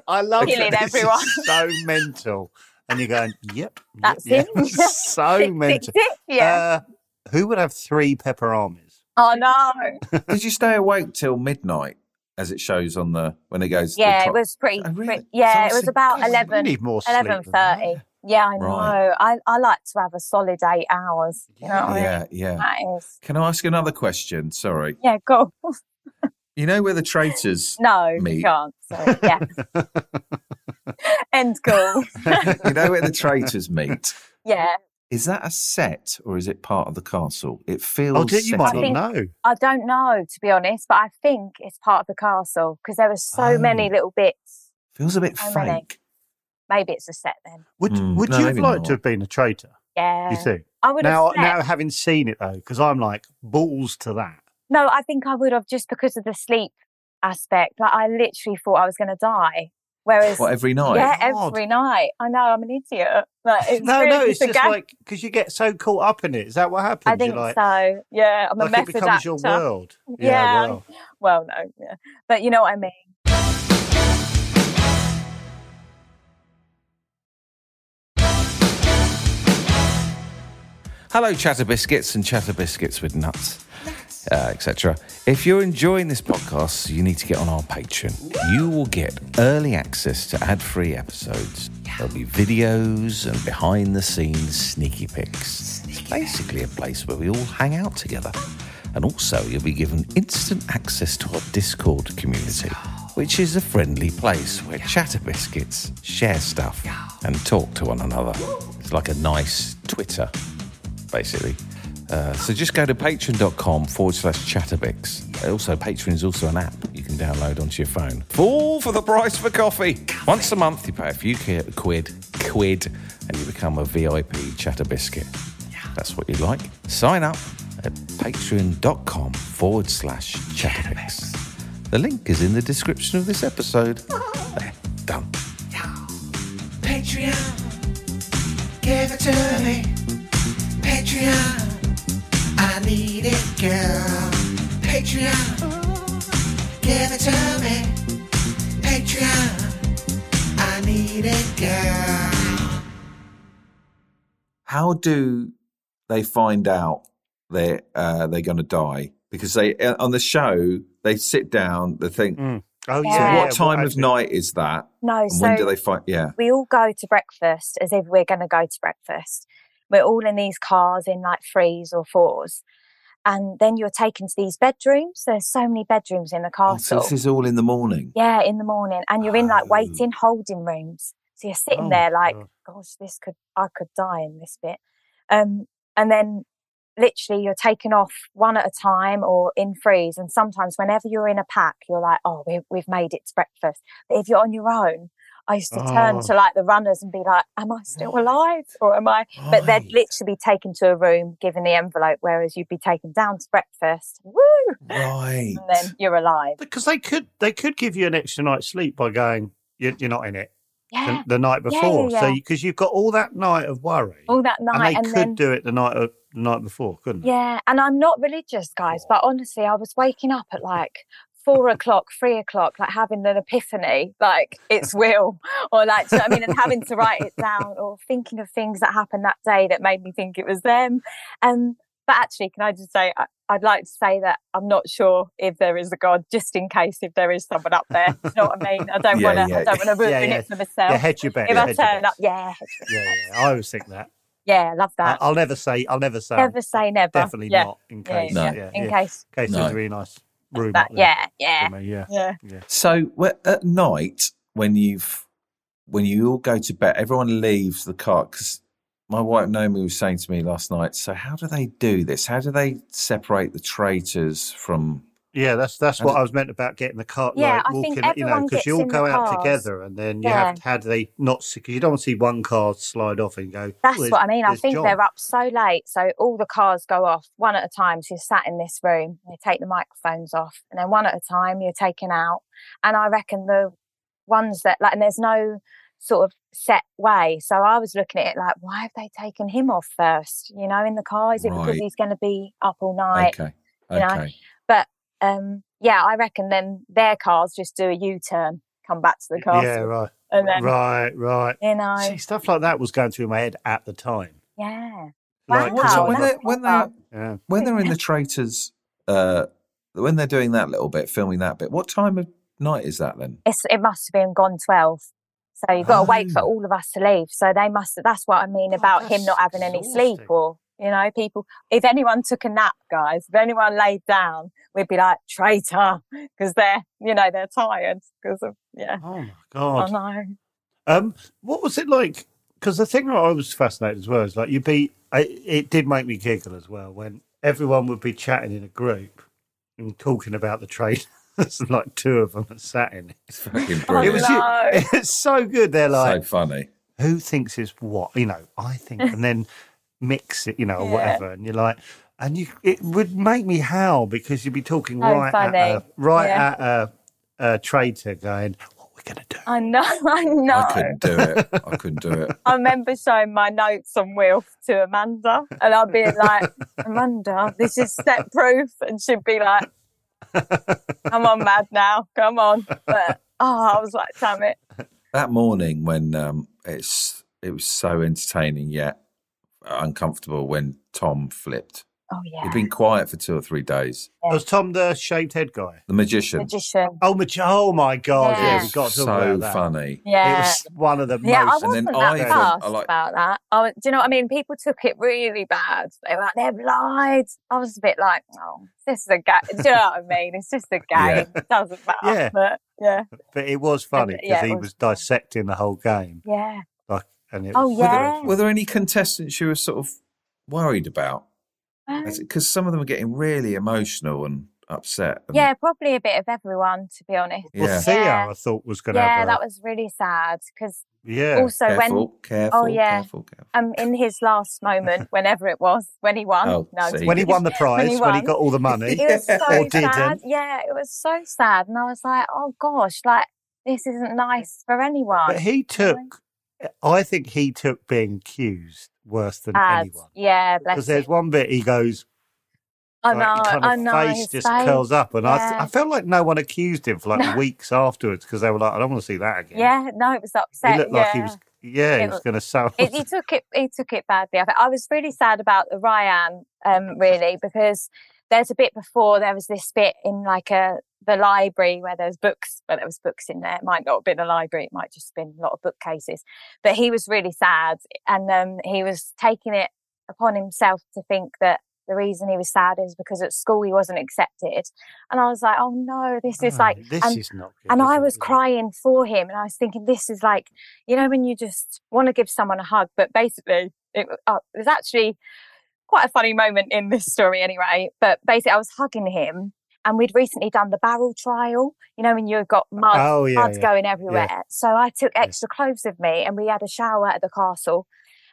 S4: I love
S5: Killing
S4: that this is
S5: everyone.
S4: so mental. And you're going, yep.
S5: That's
S4: yep, yeah.
S5: him.
S4: so
S5: Tick, tick,
S4: mental.
S5: tick, yeah.
S4: Uh, who would have three pepper armies?
S3: Uh,
S5: oh, no.
S3: Did you stay awake till midnight, as it shows on the when it goes? to the
S5: Yeah, it
S3: clock?
S5: was pretty.
S3: Oh, really?
S5: pretty- yeah, it was
S3: Something-
S5: about
S3: God,
S5: 11.
S4: need more sleep than
S5: Eleven thirty. Yeah, I know.
S3: Right.
S5: I, I like to have a solid eight hours. You know what I mean?
S3: Yeah, yeah.
S5: That is.
S3: Can I ask another question? Sorry.
S5: Yeah, cool.
S3: You know where the traitors?
S5: No,
S3: Me.
S5: you can't. So, yeah. End goal.
S3: you know where the traitors meet?
S5: Yeah.
S3: Is that a set or is it part of the castle? It feels.
S4: Oh, dear, you might
S3: setty.
S4: not know.
S5: I don't know, to be honest, but I think it's part of the castle because there were so many
S3: Oh.
S5: little bits.
S3: Feels a bit
S5: How many?
S3: fake.
S5: Maybe it's a set then.
S4: Would
S3: Mm.
S4: Would
S3: No,
S4: you have
S3: maybe
S4: liked
S3: not.
S4: to have been a traitor?
S5: Yeah.
S4: You think?
S5: I would
S4: Now,
S5: have said,
S4: now having seen it though, because I'm like balls to that.
S5: No, I think I would have just because of the sleep aspect. Like, I literally thought I was going to die. Whereas,
S3: What every night?
S5: yeah,
S4: God.
S5: every night. I know I'm an idiot. Like, it's
S4: no,
S5: really
S4: no, it's
S5: a
S4: just
S5: game.
S4: like because you get so caught up in it. Is that what happens?
S5: I think
S4: You're like,
S5: so. Yeah, I'm a
S4: like it
S5: method
S4: becomes
S5: actor.
S4: your world.
S5: Yeah.
S4: well. oh,
S5: Well, no, yeah, but you know what I mean.
S6: Hello, Chatter Biscuits and Chatter Biscuits with Nuts, uh, etc. If you're enjoying this podcast, you need to get on our Patreon. You will get early access to ad free episodes. There'll be videos and behind the scenes sneaky pics. It's basically a place where we all hang out together. And also, you'll be given instant access to our Discord community, which is a friendly place where chatter biscuits share stuff and talk to one another. It's like a nice Twitter, basically. Uh, so just go to patreon.com forward slash chatterbix. Also, Patreon is also an app you can download onto your phone. All for the price of a coffee. Once a month, you pay a few ki- quid, quid, and you become a VIP chatterbiscuit. That's what you like. Sign up at patreon.com forward slash chatterbox. The link is in the description of this episode. There, done.
S7: Patreon, give it to me. Patreon, I need it, girl. Patreon, give it to me. Patreon, I need it, girl.
S3: How do they find out they uh, they're going to die? Because they uh, on the show they sit down, they think,
S4: Mm. Oh yeah.
S5: So
S3: "What
S4: yeah,
S3: time of
S4: actually-
S3: night is that?
S5: No,
S3: And when do
S5: so
S3: they find?" Yeah,
S5: we all go to breakfast as if we're going to go to breakfast. We're all in these cars in like threes or fours, and then you're taken to these bedrooms. There's so many bedrooms in the
S3: Oh, so
S5: castle.
S3: this is all in the morning.
S5: Yeah, in the morning, and you're in
S3: Oh.
S5: like waiting holding rooms. So you're sitting
S4: Oh,
S5: there like,
S4: God.
S5: gosh, this could I could die in this bit. Um, and then literally you're taken off one at a time or in threes. And sometimes whenever you're in a pack, you're like, oh, we, we've made it to breakfast. But if you're on your own, I used to turn
S4: Oh.
S5: to like the runners and be like, am I still alive or am I? But they'd
S3: Right.
S5: literally be taken to a room, given the envelope, whereas you'd be taken down to breakfast. Woo!
S3: Right.
S5: And then you're alive.
S4: because they could they could give you an extra night's sleep by going you're, you're not in it
S5: Yeah.
S4: the, the night
S5: Yeah, yeah,
S4: before. So
S5: yeah.
S4: because you've got all that night of worry,
S5: all that
S4: and
S5: night,
S4: they
S5: and,
S4: could
S5: then
S4: do it the night of, the night before, couldn't they?
S5: Yeah, and I'm not religious, guys, but honestly, I was waking up at like four o'clock, three o'clock, like having an epiphany, like it's will, or like, do you know what I mean, and having to write it down, or thinking of things that happened that day that made me think it was them. Um, But actually, can I just say, I- I'd like to say that I'm not sure if there is a God, just in case if there is someone up there. Do you know what I mean? I don't
S3: Yeah,
S5: want to.
S3: yeah.
S5: I don't want to ruin
S4: Yeah, yeah.
S5: it for myself.
S4: Yeah, hedge your bet.
S5: if
S4: yeah,
S5: I
S4: hedge your
S5: turn up,
S4: bets.
S5: yeah,
S4: yeah, yeah. I always think that.
S5: yeah, love
S4: I-
S5: that.
S4: I'll never say. I'll never say.
S5: never say never.
S4: Definitely
S5: yeah.
S4: not. In
S5: Yeah,
S4: case.
S5: yeah,
S4: Yeah,
S5: yeah.
S4: yeah.
S5: in
S4: yeah.
S5: case
S4: In case
S3: No.
S4: there's a really nice room.
S5: that,
S4: up there
S5: yeah,
S4: for
S5: yeah,
S4: me, yeah.
S5: yeah.
S3: So wh- at night, when you've when you all go to bed, everyone leaves the cart because my wife Naomi was saying to me last night. So how do they do this? How do they separate the traitors from?
S4: Yeah, that's that's
S3: I
S4: what
S3: don't-
S4: I was meant about getting the cart.
S5: Yeah,
S4: like,
S5: I
S4: walking,
S5: think
S4: you know,
S5: everyone
S4: because you
S5: gets
S4: all
S5: in
S4: go
S5: the
S4: out
S5: cars.
S4: together, and then you
S5: Yeah.
S4: have how do they not? Because you don't want to see one car slide off and go.
S5: That's
S4: "Well,
S5: what I mean. I
S4: there's
S5: think
S4: John."
S5: they're up so late, so all the cars go off one at a time. So you're sat in this room, and you take the microphones off, and then one at a time you're taken out. And I reckon the ones that like, and there's no sort of set way. So I was looking at it like, why have they taken him off first? You know, in the car, is it
S3: Right.
S5: because he's going to be up all night?
S3: Okay,
S5: You know,
S3: okay,
S5: Um, yeah, I reckon then their cars just do a U-turn, come back to the car,
S4: Yeah, right,
S5: and then
S4: right, right.
S5: you know,
S4: See, stuff like that was going through my head at the time.
S5: yeah,
S4: Like,
S5: Wow.
S3: So
S4: wow,
S3: when
S5: that's
S3: they when they
S5: proper.
S4: yeah.
S3: when they're in the traitors, uh, when they're doing that little bit, filming that bit, what time of night is that then?
S5: it's it must have been gone 12 so you've got to wait for
S3: Oh.
S5: all of us to leave so they must that's what i mean
S4: God,
S5: about him not
S4: Oh, that's
S5: having any sleep
S4: exhausting.
S5: or you know people if anyone took a nap guys if anyone laid down we'd be like traitor because they're you know they're tired because of yeah
S4: Oh my
S5: i
S4: god.
S5: know
S4: Um, what was it like? Because the thing that I was fascinated as well is like you be. I, it did make me giggle as well when everyone would be chatting in a group and talking about the trade. It's like two of them that sat in.
S3: It's fucking
S4: It
S3: brilliant.
S4: was
S5: no.
S4: it's so good. They're
S3: so
S4: like,
S3: funny.
S4: who thinks is what? You know, I think, and then mix it, you know, or
S5: Yeah.
S4: whatever. And you're like, and you, it would make me howl because you'd be talking
S5: Oh,
S4: right
S5: funny.
S4: at a, right
S5: Yeah.
S4: at a, a trader going, what we're gonna do.
S5: i know i know
S3: I couldn't do it. I couldn't do it.
S5: I remember showing my notes on Wilf to Amanda, and I'd be like, Amanda, this is step proof. And she'd be like, I'm on mad now. Come on. But oh, I was like, damn it.
S3: that morning when um, it's it was so entertaining yet uncomfortable when Tom flipped.
S5: Oh,
S3: He'd
S5: yeah.
S3: been quiet for two or three days.
S4: It was Tom the shaved head guy.
S3: The magician.
S5: Magician.
S4: Oh my! Oh my God!
S5: Yeah.
S4: Yeah, we got to
S3: so
S4: talk about that.
S3: funny.
S4: It
S5: Yeah.
S4: was one of the
S5: yeah, I
S4: most.
S3: And then
S5: wasn't that
S3: Ivan,
S5: fast
S3: I like-
S5: about that. I was, do you know what I mean? People took it really bad. They were like, they've lied. I was a bit like, oh, this is a game. Do you know what I mean? It's just a game.
S3: Yeah.
S5: It doesn't matter.
S4: Yeah.
S5: But yeah,
S4: but it was funny
S5: And,
S4: because
S5: yeah, it
S4: he
S5: was-
S4: was dissecting the whole game,
S5: yeah.
S4: like, and it
S5: Oh,
S4: was
S5: yeah.
S3: Were there any contestants you were sort of worried about?
S5: Um,
S4: Mm.
S3: Because some of them were getting really emotional and upset. and-
S4: Um,
S5: Yeah, probably a bit of everyone, to be honest.
S4: Well,
S3: Yeah.
S4: Thea,
S5: Yeah.
S4: I thought was going to
S5: Yeah,
S4: have a,
S5: that was really sad because
S4: yeah,
S5: also
S3: careful,
S5: when
S3: careful,
S5: oh, yeah.
S3: careful, careful.
S5: um in his last moment, whenever it was, when he won,
S3: Oh,
S5: no,
S3: see.
S5: just-
S4: when he won the prize,
S5: When
S4: when he,
S5: he won.
S4: got all the money,
S5: it was so
S4: or didn't.
S5: sad. Yeah, it was so sad, and I was like, oh gosh, like this isn't nice for anyone.
S4: but he took. I think he took being accused worse than
S5: Sad.
S4: anyone
S5: Yeah,
S4: because
S5: bless him.
S4: there's one bit he goes.
S5: I know,
S4: like, he kind of
S5: I know.
S4: Face
S5: his
S4: just curls up, and I,
S5: yeah.
S4: I felt like no one accused him for like
S5: No.
S4: weeks afterwards because they were like, I don't want to see that again.
S5: Yeah, no, it was upset.
S4: he looked like he
S5: yeah.
S4: was. Yeah,
S5: It
S4: he was going to sell.
S5: it, he took it. He took it badly. I, think. I was really sad about the Ryan, um, really, because there's a bit before there was this bit in like a the library where there's books, but there was books in there. It might not have been a library. It might just have been a lot of bookcases. But he was really sad, and um, he was taking it upon himself to think that the reason he was sad is because at school he wasn't accepted. And I was like, oh no, this is
S4: Oh,
S5: like.
S4: this
S5: and
S4: is not good.
S5: and
S4: is
S5: I
S4: it?
S5: was crying for him, and I was thinking, this is like, you know, when you just want to give someone a hug, but basically, it, wa- uh, it was actually quite a funny moment in this story, anyway. But basically, I was hugging him, and we'd recently done the barrel trial, you know, when you've got mud,
S4: Oh yeah,
S5: mud
S4: yeah.
S5: going everywhere. So I took extra clothes with me, and we had a shower at the castle.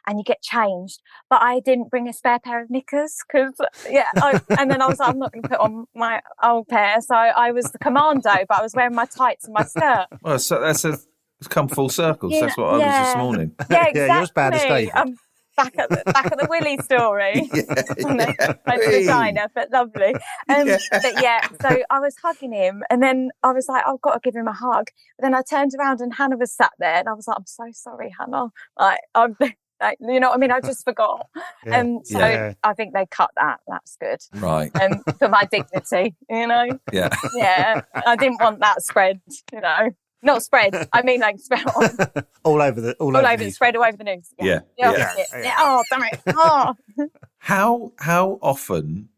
S5: And you get changed, but I didn't bring a spare pair of knickers because yeah. I, and then I was like, I'm not going to put on my old pair, so I was the commando, but I was wearing my tights and my skirt.
S3: Well, so that's a, it's come full circle.
S5: Yeah,
S3: so that's what I was this
S5: yeah.
S3: morning.
S5: Yeah, exactly.
S4: Yeah, you're as bad as David.
S5: I'm back at the back at the Willy story. On the- my
S3: Hey.
S5: vagina, but lovely. Um,
S3: Yeah.
S5: But yeah, so I was hugging him, and then I was like, "Oh, I've got to give him a hug. But then I turned around, and Hannah was sat there, and I was like, I'm so sorry, Hannah. Like, I'm, Like, you know what I mean? I just forgot.
S4: Yeah.
S5: Um, so
S4: Yeah.
S5: I think they cut that. That's good.
S3: Right.
S5: Um, for my dignity, you know?
S3: Yeah.
S5: Yeah. I didn't want that spread, you know? Not spread. I mean, like, spread on
S4: all over the all,
S5: all over,
S4: over,
S5: the
S4: these-
S5: spread all over the news.
S3: Yeah,
S5: Yeah.
S4: yeah.
S5: that's
S4: Yeah,
S5: it.
S4: yeah.
S5: Oh, damn it. Oh.
S3: How how often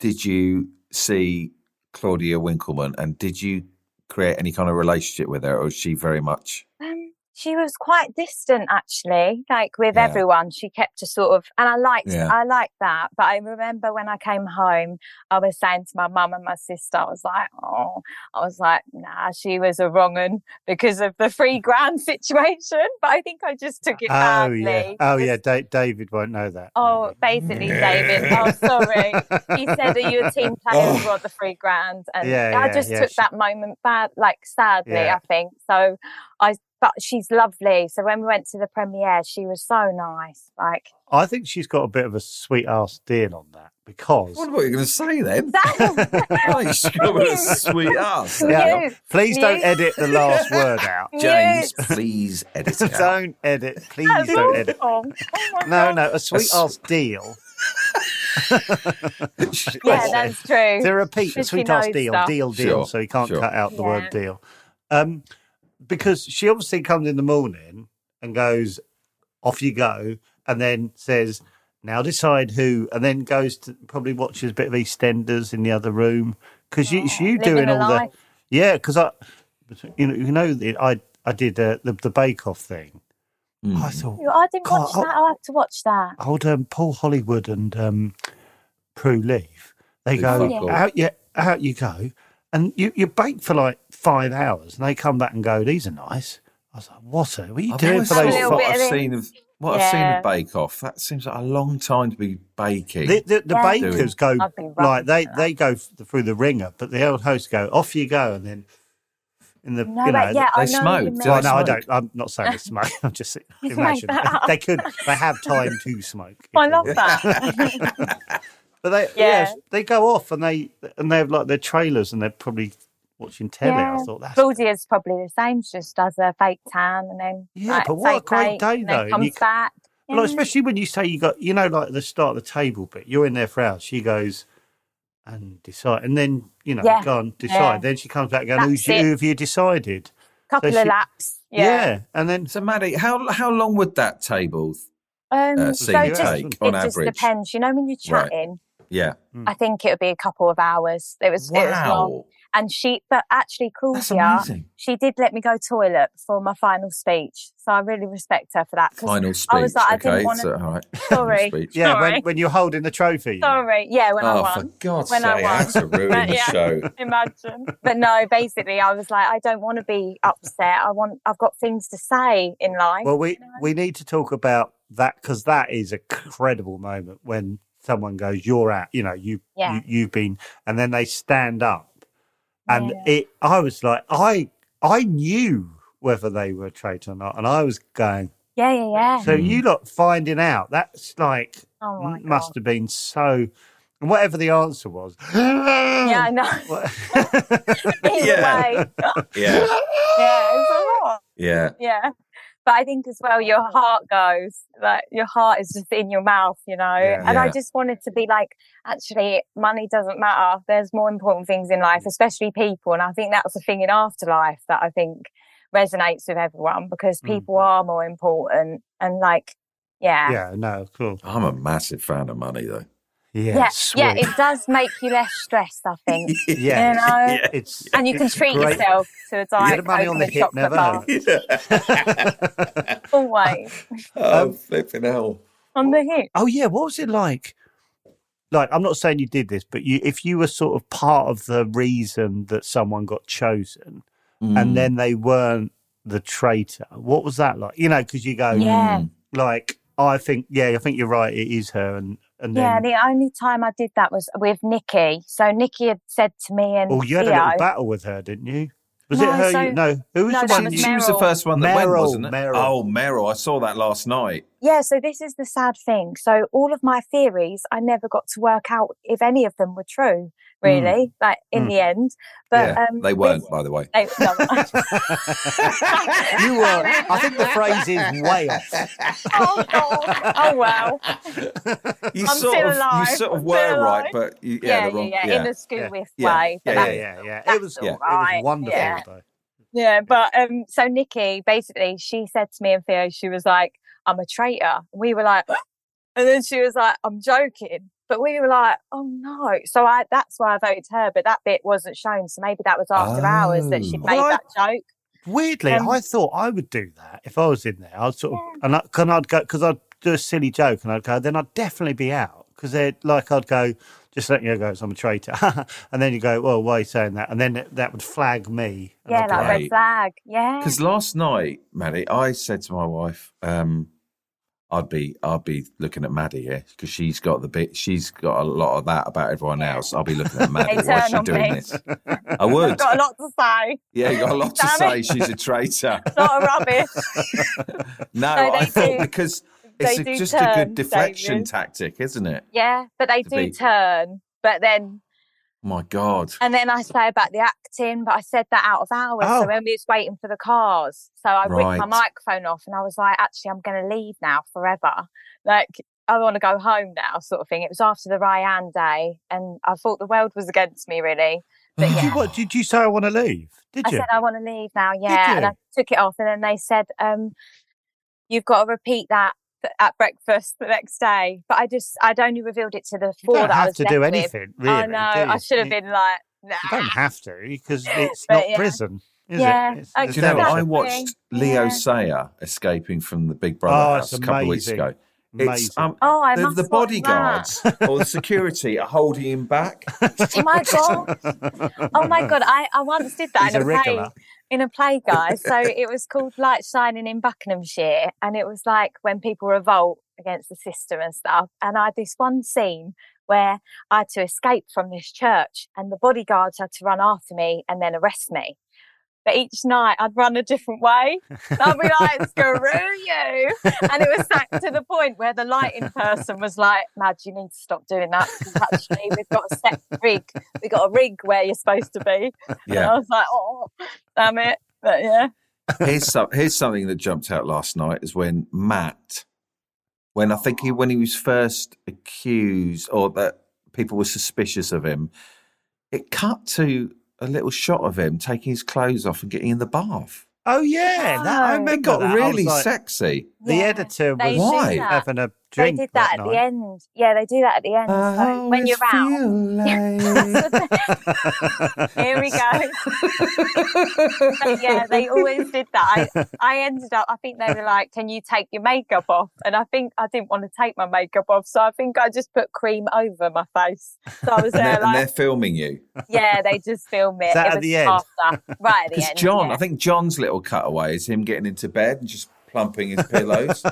S3: did you see Claudia Winkleman, and did you create any kind of relationship with her, or was she very much?
S5: Um, she was quite distant actually, like with
S3: Yeah.
S5: everyone. She kept a sort of, and I liked,
S3: Yeah.
S5: I liked that. But I remember when I came home, I was saying to my mum and my sister, I was like, oh, I was like, nah, she was a wrong un because of the three grand situation. But I think I just took it
S4: Oh
S5: badly.
S4: yeah, oh yeah.
S5: Just-
S4: Da- David won't know that.
S5: Oh, basically, David. Oh, sorry. He said, "Are you a team player who got the three grand?" And
S4: Oh. Yeah,
S5: I
S4: yeah,
S5: just
S4: yeah,
S5: took
S4: she-
S5: that moment bad, like sadly,
S4: Yeah.
S5: I think. So I, but she's lovely. So when we went to the premiere, she was so nice. Like
S4: I think she's got a bit of a sweet ass deal on that because
S3: what you going to say then?
S5: that.
S3: she's got a sweet ass.
S4: Yeah.
S5: you,
S4: please don't
S5: you-
S4: edit the last word out.
S3: James, please edit it out.
S4: don't edit, please
S5: That's
S4: don't edit.
S5: awful. Oh my
S4: No,
S5: God.
S4: no, a sweet
S3: s-
S4: ass deal.
S5: Yeah, that's true.
S4: To repeat, a
S5: Because she
S4: sweet ass
S5: knows
S4: deal,
S5: stuff.
S4: deal, deal.
S3: Sure,
S4: so he can't
S3: sure.
S4: cut out the word
S5: Yeah.
S4: deal. Um, because she obviously comes in the morning and goes, off you go, and then says, now decide who, and then goes to probably watches a bit of EastEnders in the other room because you, it's you
S5: living
S4: doing
S5: a
S4: all the
S5: life.
S4: yeah. Because I, you know, you know, the- I I did uh, the the Bake Off thing.
S3: Hmm.
S4: I thought
S5: I didn't watch
S4: God,
S5: that. I will have to watch that.
S4: old um, Paul Hollywood and um, Prue Leaf. They
S3: Big
S4: go
S3: fuck all.
S4: out, you, out you go, and you, you bake for like five hours, and they come back and go, "These are nice." I was like, "What? Are, what are you
S3: I've
S4: doing
S3: always
S4: for
S5: Have a
S4: those?"
S5: little
S3: thought- what
S5: bit
S4: Five?
S5: of
S3: I've
S5: it.
S3: seen of what I've seen
S5: Yeah.
S3: of Bake Off. That seems like a long time to be baking.
S4: The, the, the
S5: Yeah.
S4: bakers go
S5: I've been rubbish
S4: like they,
S5: at that.
S4: they go f- through the ringer, but the old hosts go off you go, and then in the
S5: No,
S4: you know
S5: but yeah,
S3: they
S5: I know. what you
S3: smoked,
S5: mean.
S3: Do
S4: Well,
S3: they
S4: no, I
S3: smoke?
S4: don't. I'm not saying it's smoke. I'm just
S5: You make
S4: imagine
S5: that up.
S4: they could. They have time to smoke. if
S5: I
S4: they
S5: love
S4: want.
S5: that.
S4: But they,
S5: Yeah.
S4: yes, they go off and they and they have like their trailers and they're probably watching telly. I thought that's
S5: Claudia's probably the same. She just does a fake tan and then
S4: Yeah,
S5: like,
S4: but what a
S5: fake
S4: great
S5: bake,
S4: day,
S5: and
S4: though,
S5: Then
S4: and
S5: comes
S4: you c-
S5: back.
S4: Well, like, especially when you say you got, you know, like the start of the table bit, you're in there for hours. She goes and decide, and then you know,
S5: Yeah.
S4: go and decide.
S5: Yeah.
S4: Then she comes back going,
S5: That's
S4: Who's you,
S5: it.
S4: "Who have you decided?"
S5: couple
S4: so
S5: of
S4: she-
S5: laps. Yeah.
S4: and then
S3: So, Maddie, how how long would that table?
S5: Um,
S3: Uh,
S5: so
S3: so
S4: you
S5: it just,
S4: take,
S3: on
S5: it just
S3: average.
S5: depends. You know, when you're
S3: Right.
S5: chatting,
S3: Yeah.
S4: Hmm.
S5: I think it would be a couple of hours. It was, it was long.
S3: Wow.
S5: And she, but actually,
S3: That's
S5: Claudia,
S3: amazing.
S5: she did let me go toilet for my final speech. So I really respect her for that. 'cause
S3: Final speech.
S5: I was like, I didn't
S3: okay,
S5: wanna-
S3: so, all right.
S5: Sorry.
S3: Final speech.
S4: yeah, when,
S5: Sorry.
S4: when you're holding the trophy, you know.
S5: Sorry. Yeah, when I
S3: oh,
S5: won.
S3: for God's
S5: When I
S3: sake,
S5: won.
S3: that's to ruin
S5: But,
S3: the
S5: yeah.
S3: show.
S5: imagine but no basically i was like i don't want to be upset i want i've got things to say in life
S4: Well, we we need to talk about that because that is a credible moment when someone goes, "You're out," you know, you,
S5: Yeah.
S4: you you've been, and then they stand up, and
S5: Yeah.
S4: it. I was like, I I knew whether they were a traitor or not, and I was going.
S5: yeah yeah yeah
S4: So you lot finding out that's like
S5: oh my god
S4: must have been so, and whatever the answer was.
S5: yeah i
S4: yeah.
S5: know either
S3: Yeah.
S5: way
S3: Yeah.
S5: yeah it's a lot
S3: Yeah.
S5: yeah but i think as well your heart goes like your heart is just in your mouth you know and i
S3: Yeah.
S5: just wanted to be like actually money doesn't matter there's more important things in
S4: Mm.
S5: life especially people and i think that's the thing in afterlife that i think resonates with everyone because
S4: Mm.
S5: people are more important and like yeah
S4: yeah, no, cool.
S3: I'm a massive fan of money, though.
S4: Yeah,
S5: yeah, yeah,
S4: sweet.
S5: it does make you less stressed, I think.
S4: Yeah.
S5: You know,
S4: it's
S5: and you can
S4: it's
S5: treat
S4: great.
S5: yourself to a diet
S4: the money
S5: Coke
S4: on
S5: and
S4: the
S5: a
S4: hip
S5: chocolate
S4: never
S5: bar. Always
S3: Oh, flipping hell.
S5: on the hip.
S4: Oh yeah, what was it like? Like, I'm not saying you did this, but you, if you were sort of part of the reason that someone got chosen,
S3: Mm.
S4: and then they weren't the traitor, what was that like? You know, because you go,
S5: Yeah.
S4: like, I think, yeah, I think you're right, it is her, and and then,
S5: Yeah, the only time I did that was with Nikki. So Nikki had said to me and
S4: oh, you had a
S5: Theo,
S4: little battle with her, didn't you? Was
S5: No,
S4: it her?
S5: so-
S4: you, no, who was
S5: no,
S4: the
S5: that
S4: one?
S5: was
S4: you,
S3: she was the
S5: Meryl.
S3: first one that went,
S4: Meryl,
S3: wasn't it?
S4: Meryl.
S3: Oh, Meryl. I saw that last night.
S5: Yeah, so this is the sad thing. So all of my theories, I never got to work out if any of them were true really, like in the end. But
S3: Hmm. yeah,
S5: um,
S3: they weren't, by the way.
S5: no, no,
S8: You were. I think the phrase is way off.
S5: oh, God. oh well.
S3: You
S5: I'm
S3: sort
S5: still
S3: of,
S5: alive,
S3: you sort of
S5: I'm
S3: were
S5: still
S3: right,
S5: alive.
S3: but you, yeah,
S5: Yeah,
S3: the
S5: yeah,
S3: wrong,
S5: yeah,
S3: yeah,
S5: in the Scoobiest
S3: yeah,
S5: way. But
S3: yeah,
S5: that-
S4: yeah, yeah.
S5: that's
S4: It was
S5: all
S4: it was
S5: right,
S4: wonderful
S5: yeah.
S4: though.
S5: Yeah, but um, so Nikki basically she said to me and Theo, she was like, "I'm a traitor." We were like, and then she was like, "I'm joking," but we were like, "Oh no!" So I that's why I voted her, but that bit wasn't shown, so maybe that was after hours that she
S3: Oh.
S5: made
S4: Well, I-
S5: that joke.
S4: Weirdly,
S5: Um,
S4: I thought I would do that if I was in there. I'd sort of, and I, can I'd go because I'd do a silly joke and I'd go, then I'd definitely be out because they'd like I'd go, just let you go, 'cause I'm a traitor, and then you go, well, why are you saying that? And then it- that would flag me. and
S5: Yeah,
S4: I'd
S5: like
S4: go,
S3: Right.
S5: red flag. Yeah,
S3: Because last night, Maddie, I said to my wife, um, "I'd be, I'd be looking at Maddie here because she's got the bit, she's got a lot of that about everyone else. I'll be looking at Maddie.
S5: They
S3: Why is
S5: turn
S3: she
S5: on
S3: doing
S5: me.
S3: this? I
S5: I've
S3: would.
S5: got a lot to say.
S3: Yeah, you got a lot to
S5: Damn
S3: say.
S5: it.
S3: She's a traitor.
S5: A lot of rubbish.
S3: No,
S5: No, they
S3: I thought
S5: do.
S3: because it's
S5: They
S3: a-
S5: do
S3: just a
S5: turn,
S3: good deflection
S5: David.
S3: tactic, isn't it?
S5: Yeah, but they
S3: To
S5: do
S3: be-
S5: turn. But then
S3: My God.
S5: And then I say about the acting, but I said that out of hours.
S4: Oh.
S5: So when we was waiting for the cars, so I ripped
S3: Right.
S5: my microphone off and I was like, actually, I'm going to leave now forever. Like, I want to go home now, sort of thing. It was after the Ryan day and I thought the world was against me, really. But
S4: Did
S5: yeah.
S4: you, what, did you say I want to leave? Did
S5: I
S4: you?
S5: said, I want to leave now. Yeah. And I took it off. And then they said, um, you've got to repeat that th- at breakfast the next day. But I just, I'd only revealed it to the
S4: you
S5: four
S4: don't
S5: that I
S4: have
S5: was
S4: to do
S5: left with.
S4: anything, really.
S5: I
S4: do
S5: know. I
S4: you?
S5: should have
S4: You-
S5: been like,
S4: You
S5: nah.
S4: don't have to because it's
S5: But
S4: not
S5: yeah.
S4: prison, is
S5: Yeah,
S4: it? It's-
S5: I-
S4: there's
S3: Do you know
S4: no
S3: what? I
S4: prison.
S3: watched Leo
S5: Yeah.
S3: Sayer escaping from the Big
S4: Oh,
S3: Brother house
S4: it's
S3: a couple of weeks
S4: amazing.
S3: ago. It's
S4: Amazing.
S3: um,
S5: Oh, I
S3: the,
S5: must
S3: the
S5: watch
S3: bodyguards or the security are holding him back.
S5: Oh my god! Oh my god! I, I once did that
S4: He's
S5: in
S4: a
S5: a, play.
S4: regular.
S5: In a play, guys. So it was called Light Shining in Buckinghamshire, and it was like when people revolt against the system and stuff. And I had this one scene where I had to escape from this church, and the bodyguards had to run after me and then arrest me. But each night I'd run a different way. I'd be like, screw you. And it was that to the point where the lighting person was like, Mad, you need to stop doing that. because Actually, we've got a set rig. We've got a rig where you're supposed to be. And
S3: Yeah.
S5: I was like, oh, damn it. But yeah.
S3: here's some, here's something that jumped out last night is when Matt, when I think he when he was first accused or that people were suspicious of him, it cut to a little shot of him taking his clothes off and getting in the bath.
S4: Oh yeah, that, I
S5: Oh.
S4: remember
S3: It got
S4: that. I was
S3: really
S4: like-
S3: sexy.
S4: The
S5: Yeah,
S4: editor
S5: they
S4: was
S3: do Why?
S5: that.
S4: having a
S5: They
S4: drink.
S5: did that at
S4: night.
S5: the end. Yeah, they do that at the end. So when you're out,
S3: out.
S5: here we go. But yeah, they always did that. I, I ended up, I think they were like, can you take your makeup off? And I think I didn't want to take my makeup off. So I think I just put cream over my face. So I
S3: and,
S5: was there
S3: they're, and they're
S5: like,
S3: filming you.
S5: yeah, they just film it.
S4: Is that
S5: it
S4: at
S5: was
S4: the end?
S5: After, right at the
S3: Because
S5: end.
S3: John,
S5: yeah.
S3: I think John's little cutaway is him getting into bed and just plumping his pillows.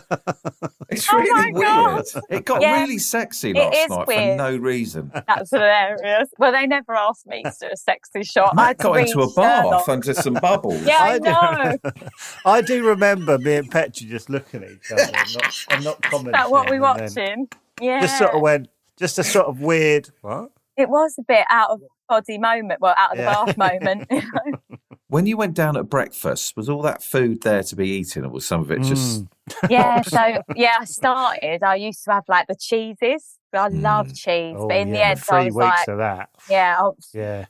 S3: it's
S5: Oh
S3: really
S5: my God.
S3: weird. It got
S5: Yeah.
S3: really sexy
S5: It
S3: last
S5: is
S3: night for
S5: weird.
S3: no reason.
S5: That's hilarious. Well, they never asked me to do a sexy shot. I
S3: Matt
S5: had to
S3: got into
S5: read
S3: a bath
S5: Sherlock.
S3: under some bubbles.
S5: Yeah, I,
S4: I do.
S5: know. Is
S4: I do remember me and Petra just looking at each other and not, and not commenting.
S5: that what we
S4: and then
S5: watching? Yeah.
S4: Just sort of went, just a sort of weird. What?
S5: It was a bit out of body moment. Well, out of the
S4: Yeah.
S5: bath moment.
S3: When you went down at breakfast, was all that food there to be eaten, or was some of it just?
S5: yeah. So yeah, I started. I used to have like the cheeses. I love cheese,
S4: Oh,
S5: but in
S4: yeah,
S5: the end,
S4: three
S5: I was
S4: weeks
S5: like,
S4: of that.
S5: yeah, I,
S4: Yeah.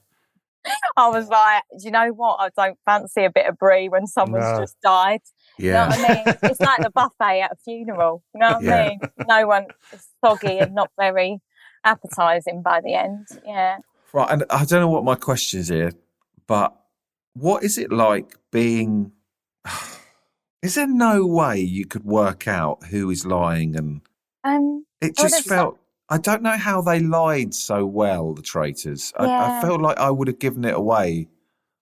S5: I was like, do you know what? I don't fancy a bit of brie when someone's
S4: No.
S5: just died.
S3: Yeah,
S5: You know what I mean? It's like the buffet at a funeral. You know what
S3: Yeah.
S5: I mean? No one is soggy and not very appetizing by the end. Yeah.
S3: right. And I don't know what my question is here, but what is it like being? Is there no way you could work out who is lying and?
S5: Um,
S3: It
S5: Well,
S3: just
S5: there's some-
S3: felt. I don't know how they lied so well, the traitors. I, I
S5: Yeah.
S3: felt like I would have given it away.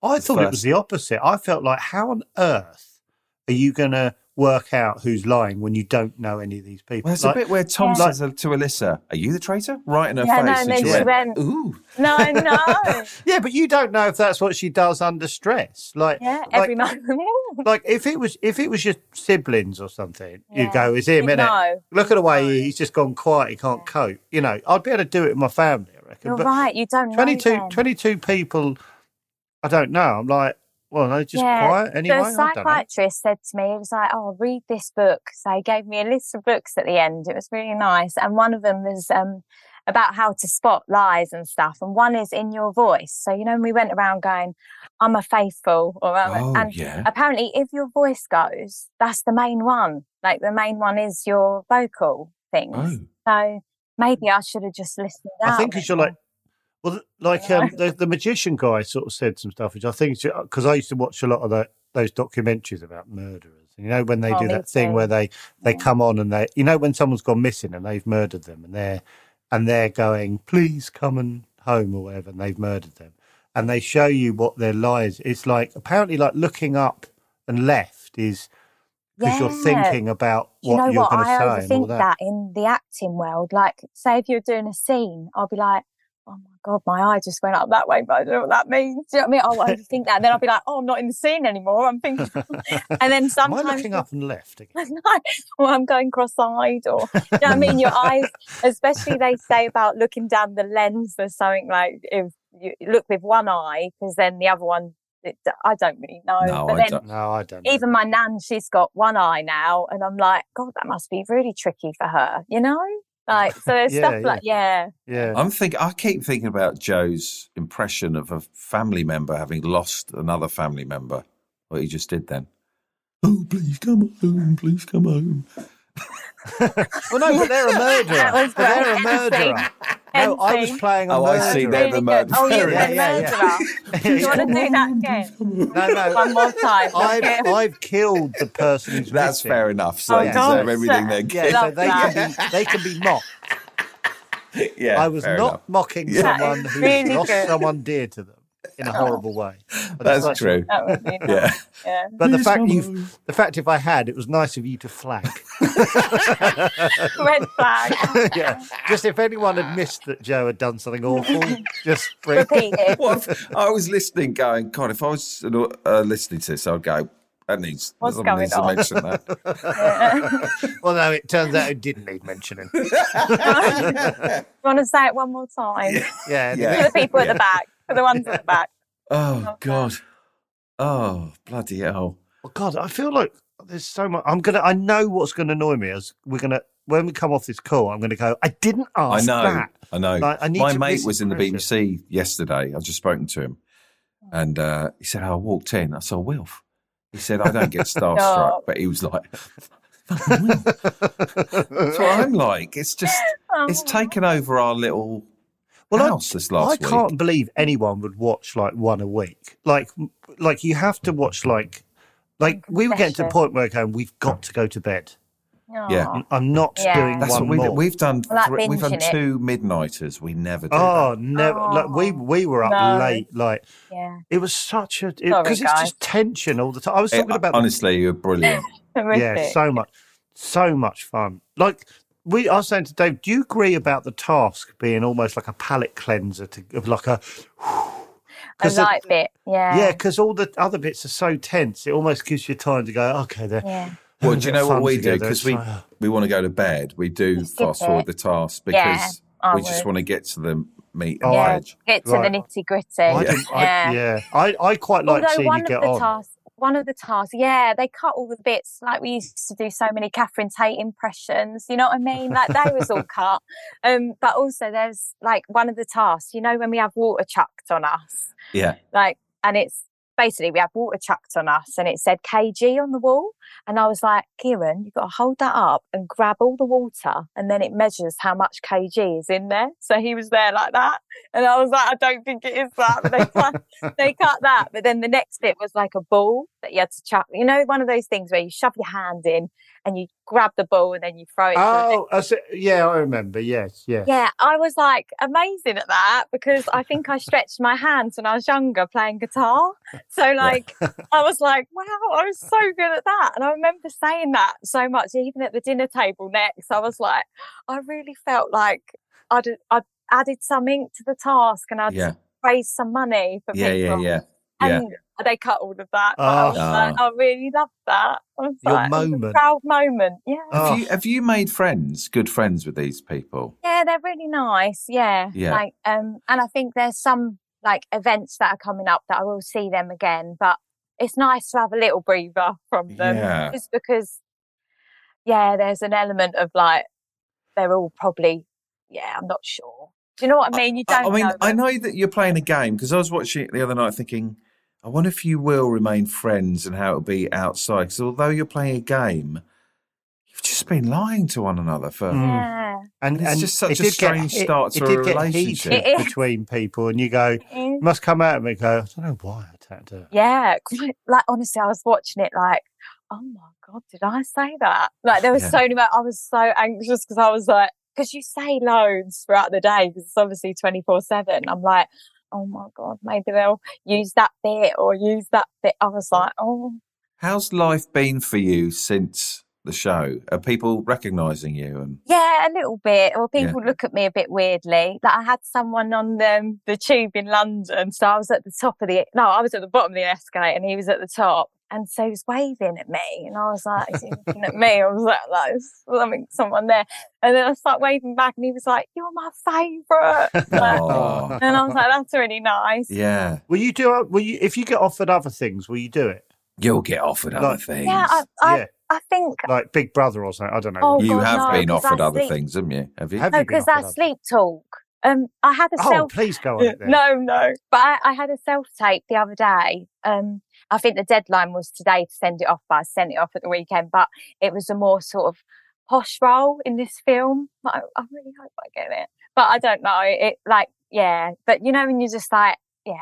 S4: I thought it
S3: first-
S4: was the opposite. I felt like, how on earth are you going to work out who's lying when you don't know any of these people?
S3: Well, it's
S4: Like,
S3: a bit where Tom
S5: Yeah.
S3: says to Alyssa, "Are you the traitor?" Right in her
S5: Yeah, no,
S3: face,
S5: and
S3: and she
S5: then she
S3: went,
S5: went-
S3: "Ooh,
S5: no, no.
S4: yeah, but you don't know if that's what she does under stress. Like,
S5: Yeah,
S4: like,
S5: every moment.
S4: like if it was if it was your siblings or something, you'd
S5: Yeah.
S4: go, "It's him,
S5: You'd
S4: innit?
S5: know.
S4: Look at the way he- he's just gone quiet; he can't cope." You know, I'd be able to do it in my family. I reckon.
S5: You're
S4: but
S5: right. You don't
S4: 22,
S5: know. them.
S4: 22 people, I don't know. I'm like, well, they just quiet anyway. I
S5: The
S4: don't know.
S5: psychiatrist said to me, he was like, Oh, read this book. So he gave me a list of books at the end. It was really nice. And one of them was um, about how to spot lies and stuff. And one is in your voice. So, you know, we went around going, I'm a faithful or I'm a-"
S6: Oh,
S5: and
S6: yeah.
S5: apparently if your voice goes, that's the main one. Like the main one is your vocal things.
S6: Oh.
S5: So maybe I should have just listened out.
S4: I think
S5: a
S4: because
S5: bit
S4: you're like,
S5: more.
S4: well, th- like um, the, the magician guy sort of said some stuff, which I think because I used to watch a lot of the, those documentaries about murderers. You know when they
S5: Oh,
S4: do
S5: me
S4: that thing
S5: too.
S4: where they they
S5: Yeah.
S4: come on and they, you know, when someone's gone missing and they've murdered them and they're and they're going, please come and home or whatever, and they've murdered them, and they show you what their lies. It's like apparently like looking up and left is because you're
S5: Yeah.
S4: thinking about what
S5: uh, you know
S4: you're
S5: what?
S4: going to
S5: I
S4: say and all
S5: overthink
S4: that.
S5: that in the acting world. Like, say if you're doing a scene, I'll be like, "Oh my god, my eye just went up that way," but I don't know what that means. Do you know what I mean? I'll overthink that, and then I'll be like, "Oh, I'm not in the scene anymore. I'm thinking." and
S4: Am
S5: then
S4: I
S5: sometimes
S4: looking up and left again?
S5: no, or I'm going cross-eyed, or do you know what I mean? Your eyes, especially they say about looking down the lens or something like if you look with one eye because then the other one, it, I don't really know.
S3: No,
S5: but
S3: I
S5: then
S3: don't.
S4: No, I don't. know.
S5: even my nan, she's got one eye now, and I'm like, God, that must be really tricky for her, you know? Like, so there's
S4: Yeah,
S5: stuff like, yeah,
S4: yeah.
S3: I'm think I keep thinking about Joe's impression of a family member having lost another family member. What he just did then. Oh, please come home! Please come home!
S8: Well, no, but they're a
S5: That
S8: murderer.
S5: was
S8: But they're a
S5: great.
S8: murderer. No, I was
S5: Empty.
S8: playing a
S3: Oh,
S8: murderer.
S3: I see. They're
S5: really
S3: the
S5: good.
S3: murderer.
S5: Oh, you're
S8: Yeah,
S5: the
S8: yeah, yeah.
S5: murderer. Do you want to do that again?
S8: No,
S5: One
S8: no.
S5: more time.
S8: I've, I've killed the person who's
S3: That's
S8: missing.
S3: fair enough. So
S5: Oh,
S3: they
S5: God.
S3: deserve everything they
S8: Yeah,
S3: get.
S8: so
S5: Love
S8: they
S5: that.
S8: can, be, they can be mocked.
S3: Yeah,
S4: I was
S3: fair
S4: not
S3: enough.
S4: mocking
S5: That
S4: someone
S5: is
S4: who's
S5: really
S4: lost
S5: good.
S4: someone dear to them in a horrible way. But
S3: That's
S4: it's like-
S3: true.
S5: That would be nice.
S3: Yeah.
S5: yeah.
S4: But the fact you, the fact if I had, it was nice of you to flag.
S5: Red flag.
S4: yeah, just if anyone had missed that Joe had done something awful, just bring.
S5: Repeat it.
S3: Well, if- I was listening, going, God, if I was uh, listening to this, I'd go, that needs,
S5: What's
S3: someone
S5: going
S3: needs
S5: on?
S3: to mention that.
S4: Well, no, it turns out it didn't need mentioning.
S5: You want to say it one more time
S4: Yeah,
S3: Yeah.
S5: for the people at the back, for the ones at the back.
S3: Oh, God. Oh, bloody hell.
S4: Well, God, I feel like there's so much. I'm gonna. I know what's gonna annoy me is we're gonna when we come off this call. I'm gonna go. I didn't
S3: I
S4: ask.
S3: know.
S4: That.
S3: I know.
S4: Oh, Like, I need
S3: My
S4: to
S3: mate
S4: listen
S3: was in
S4: to
S3: the
S4: Richard.
S3: BBC yesterday. I've just spoken to him.
S5: Oh.
S3: And uh, he said, I walked in. I saw Wilf. He said, I don't get starstruck.
S5: Stop.
S3: but he was like, fucking Wilf. That's what I'm like. It's just,
S5: Oh,
S3: it's taken over our little
S4: Well, I-
S3: house this last
S4: I
S3: week.
S4: can't believe anyone would watch like one a week. Like, like you have to watch like, like we were getting to the
S5: Confession.
S4: point where going, we've got to go to bed.
S3: Yeah.
S5: Aw.
S4: I'm- I'm not
S5: oh, Yeah.
S4: doing
S3: That's
S4: one
S3: what we
S4: more.
S3: do. We've done.
S5: Well, that
S3: three, we've done
S5: binging it.
S3: two midnighters. We never do.
S4: oh,
S3: that.
S4: never. Like, we
S5: Oh,
S4: we were up
S5: no.
S4: late. Like
S5: Yeah.
S4: it was such a
S5: Sorry,
S4: because it's
S5: guys.
S4: just tension all the time. I was
S3: It-
S4: talking about the
S3: Eh, honestly, you're brilliant.
S4: Yeah,
S5: Horrific.
S4: so much, so much fun. Like we, I was saying to Dave, do you agree about the task being almost like a palate cleanser to of like a?
S5: I
S4: 'cause the-
S5: like it. Yeah.
S4: Yeah, because all the other bits are so tense, it almost gives you time to go. Okay, there.
S5: Yeah.
S3: Well, do you know what we do?
S4: Together,
S3: Because
S4: it's
S3: we
S4: like, oh.
S3: we want to go to bed. We do
S5: Skip
S3: fast forward
S5: it.
S3: the task
S5: Yeah,
S3: because
S5: I
S3: we just
S5: would.
S3: want to get to the meat and
S4: Yeah.
S3: veg.
S5: Get to
S4: Right.
S5: the nitty gritty.
S4: I didn't- I- yeah, I, I quite like
S5: Although
S4: seeing
S5: one
S4: you
S5: of
S4: get
S5: the
S4: on.
S5: tasks, one of the tasks, yeah, they cut all the bits. Like we used to do so many Catherine Tate impressions. You know what I mean? Like they was all cut. Um, but also there's like one of the tasks. You know when we have water chucked on us,
S3: Yeah,
S5: like, and it's basically we have water chucked on us, and it said kg on the wall, and I was like, Kieran, you've got to hold that up and grab all the water, and then it measures how much kg is in there. So he was there like that, and I was like, I don't think it is that. But they cut they cut that. But then the next bit was like a ball that you had to chuck. You know, one of those things where you shove your hand in and you grab the ball and then you throw it. to the next-
S4: Oh, I see- yeah, I remember. Yes, yes.
S5: Yeah, I was like amazing at that because I think I stretched my hands when I was younger playing guitar. So like I was like, wow, I was so good at that. And I remember saying that so much, even at the dinner table next. I was like, I really felt like I'd I'd added something to the task and I'd
S3: yeah,
S5: raised some money for
S3: yeah, yeah,
S5: people.
S3: yeah. yeah.
S5: And they cut all of that. But I
S4: Ah.
S5: was like, I really loved that. I was
S4: Your
S5: like, it was a
S4: moment.
S5: proud moment. Yeah.
S4: Oh.
S3: Have you have you made friends, good friends with these people?
S5: Yeah, they're really nice. Yeah.
S3: Yeah.
S5: Like, um, and I think there's some like events that are coming up that I will see them again, but it's nice to have a little breather from them
S3: Yeah.
S5: just because, yeah, there's an element of like, they're all probably, yeah, I'm not sure. Do you know what I mean? You
S3: I,
S5: don't
S3: I mean,
S5: know.
S3: I
S5: them.
S3: know that you're playing a game because I was watching it the other night, thinking, I wonder if you will remain friends and how it'll be outside. Because although you're playing a game, you've just been lying to one another for.
S4: Mm.
S5: Yeah.
S4: And,
S3: It's
S4: and
S3: just such
S4: it
S3: a
S4: did get-
S3: strange start
S4: it,
S3: to
S4: it did
S3: a
S4: get
S3: relationship.
S4: heated
S5: It is.
S4: between people, and you go
S5: It is.
S4: must come out of me. and Go, I don't know why I attacked her.
S5: Yeah, quite- like honestly, I was watching it like, oh my god, did I say that? Like there was
S3: Yeah.
S5: so many. I was so anxious because I was like, because you say loads throughout the day because it's obviously twenty four seven. I'm like, oh my god, maybe they'll use that bit or use that bit. I was like, oh,
S3: How's life been for you since the show? Are people recognising you? And
S5: Yeah, a little bit. Well,
S3: Yeah.
S5: people look at me a bit weirdly. Like I had someone on um, the tube in London, so I was at the top of the no, I was at the bottom of the escalator, and he was at the top, and so he was waving at me, and I was like, "Is he looking at me?" I was like, "Like there's something, someone there," and then I start waving back, and he was like, "You're my favourite," Like,
S3: Aw.
S5: and I was like, "That's really nice."
S3: yeah,
S4: Will you do? uh, Will you if you get offered other things? Will you do it?
S3: you'll get offered other
S4: Like-
S3: things.
S5: Yeah, I, I,
S4: yeah,
S5: I think.
S4: like Big Brother or something. I don't know.
S5: Oh,
S3: you
S5: God,
S3: have
S5: no,
S3: been
S5: 'cause
S3: offered
S5: I
S3: other
S5: sleep-
S3: things, haven't you? Have you?
S4: Have
S5: No,
S4: you been
S5: because that's
S4: offered
S5: sleep talk. Um, I had a
S4: other- Oh,
S5: self
S4: please go on.
S5: no,
S4: It then.
S5: no. But I, I had a self tape the other day. Um, I think the deadline was today to send it off, but I sent it off at the weekend. But it was a more sort of posh role in this film. But I, I really hope I get it. But I don't know. It like yeah. But you know when you're just like yeah.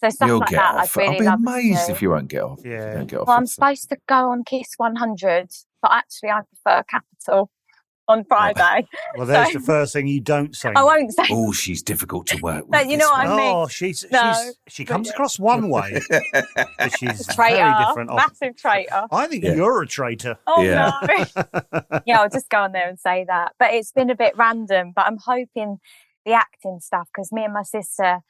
S5: So stuff
S3: You'll
S5: like
S3: get
S5: that. I'd
S3: offered.
S5: really
S3: I'll be
S5: love
S3: amazed
S5: to.
S3: if you won't get off. if you
S4: Yeah.
S3: don't get
S5: Well, I'm
S3: offered something.
S5: supposed to go on Kiss 100, but actually I prefer Capital
S3: Oh,
S5: on Friday.
S4: Well, there's
S5: So-
S4: the first thing you don't say.
S5: I won't say.
S3: Oh, she's difficult to work with.
S5: No, you
S3: this
S5: know
S3: one.
S5: I mean-
S4: oh, she's,
S5: No.
S4: she's she comes across one way, but she's
S5: Traitor,
S4: very different. off-
S5: massive traitor.
S4: I think
S3: Yeah.
S4: you're a traitor.
S5: Oh
S3: Yeah.
S5: no. yeah, I'll just go on there and say that. But it's been a bit random, but I'm hoping the acting stuff because me and my sister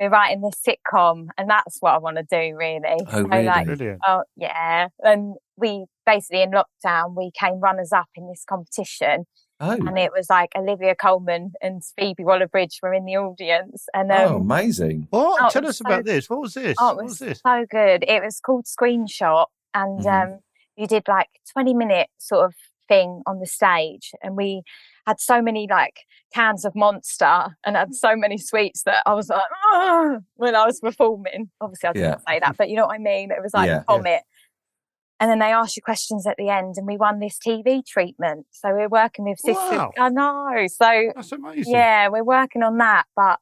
S5: we're writing this sitcom and that's what I want to do really.
S3: Oh,
S5: So,
S3: really?
S5: like,
S4: Brilliant.
S5: oh yeah. And we basically in lockdown we came runners up in this competition
S3: Oh,
S5: and it was like Olivia Coleman and Phoebe Waller Bridge were in the audience and um,
S3: oh, amazing.
S4: What?
S5: Oh,
S4: Tell
S5: it
S4: us
S5: was so-
S4: about this. What was this?
S5: Oh, it
S4: what
S5: was
S4: was this?
S5: so good. It was called Screenshot, and
S3: Mhm.
S5: um, you did like twenty minute sort of thing on the stage, and we had so many like cans of Monster and had so many sweets that I was like, "Ugh," when I was performing. Obviously, I didn't say that, but you know what I mean. It was like
S3: Yeah, yeah.
S5: vomit. And then they asked you questions at the end, and we won this TV treatment. So we're working with sisters.
S4: Wow.
S5: I know. So
S4: That's amazing.
S5: yeah, we're working on that, but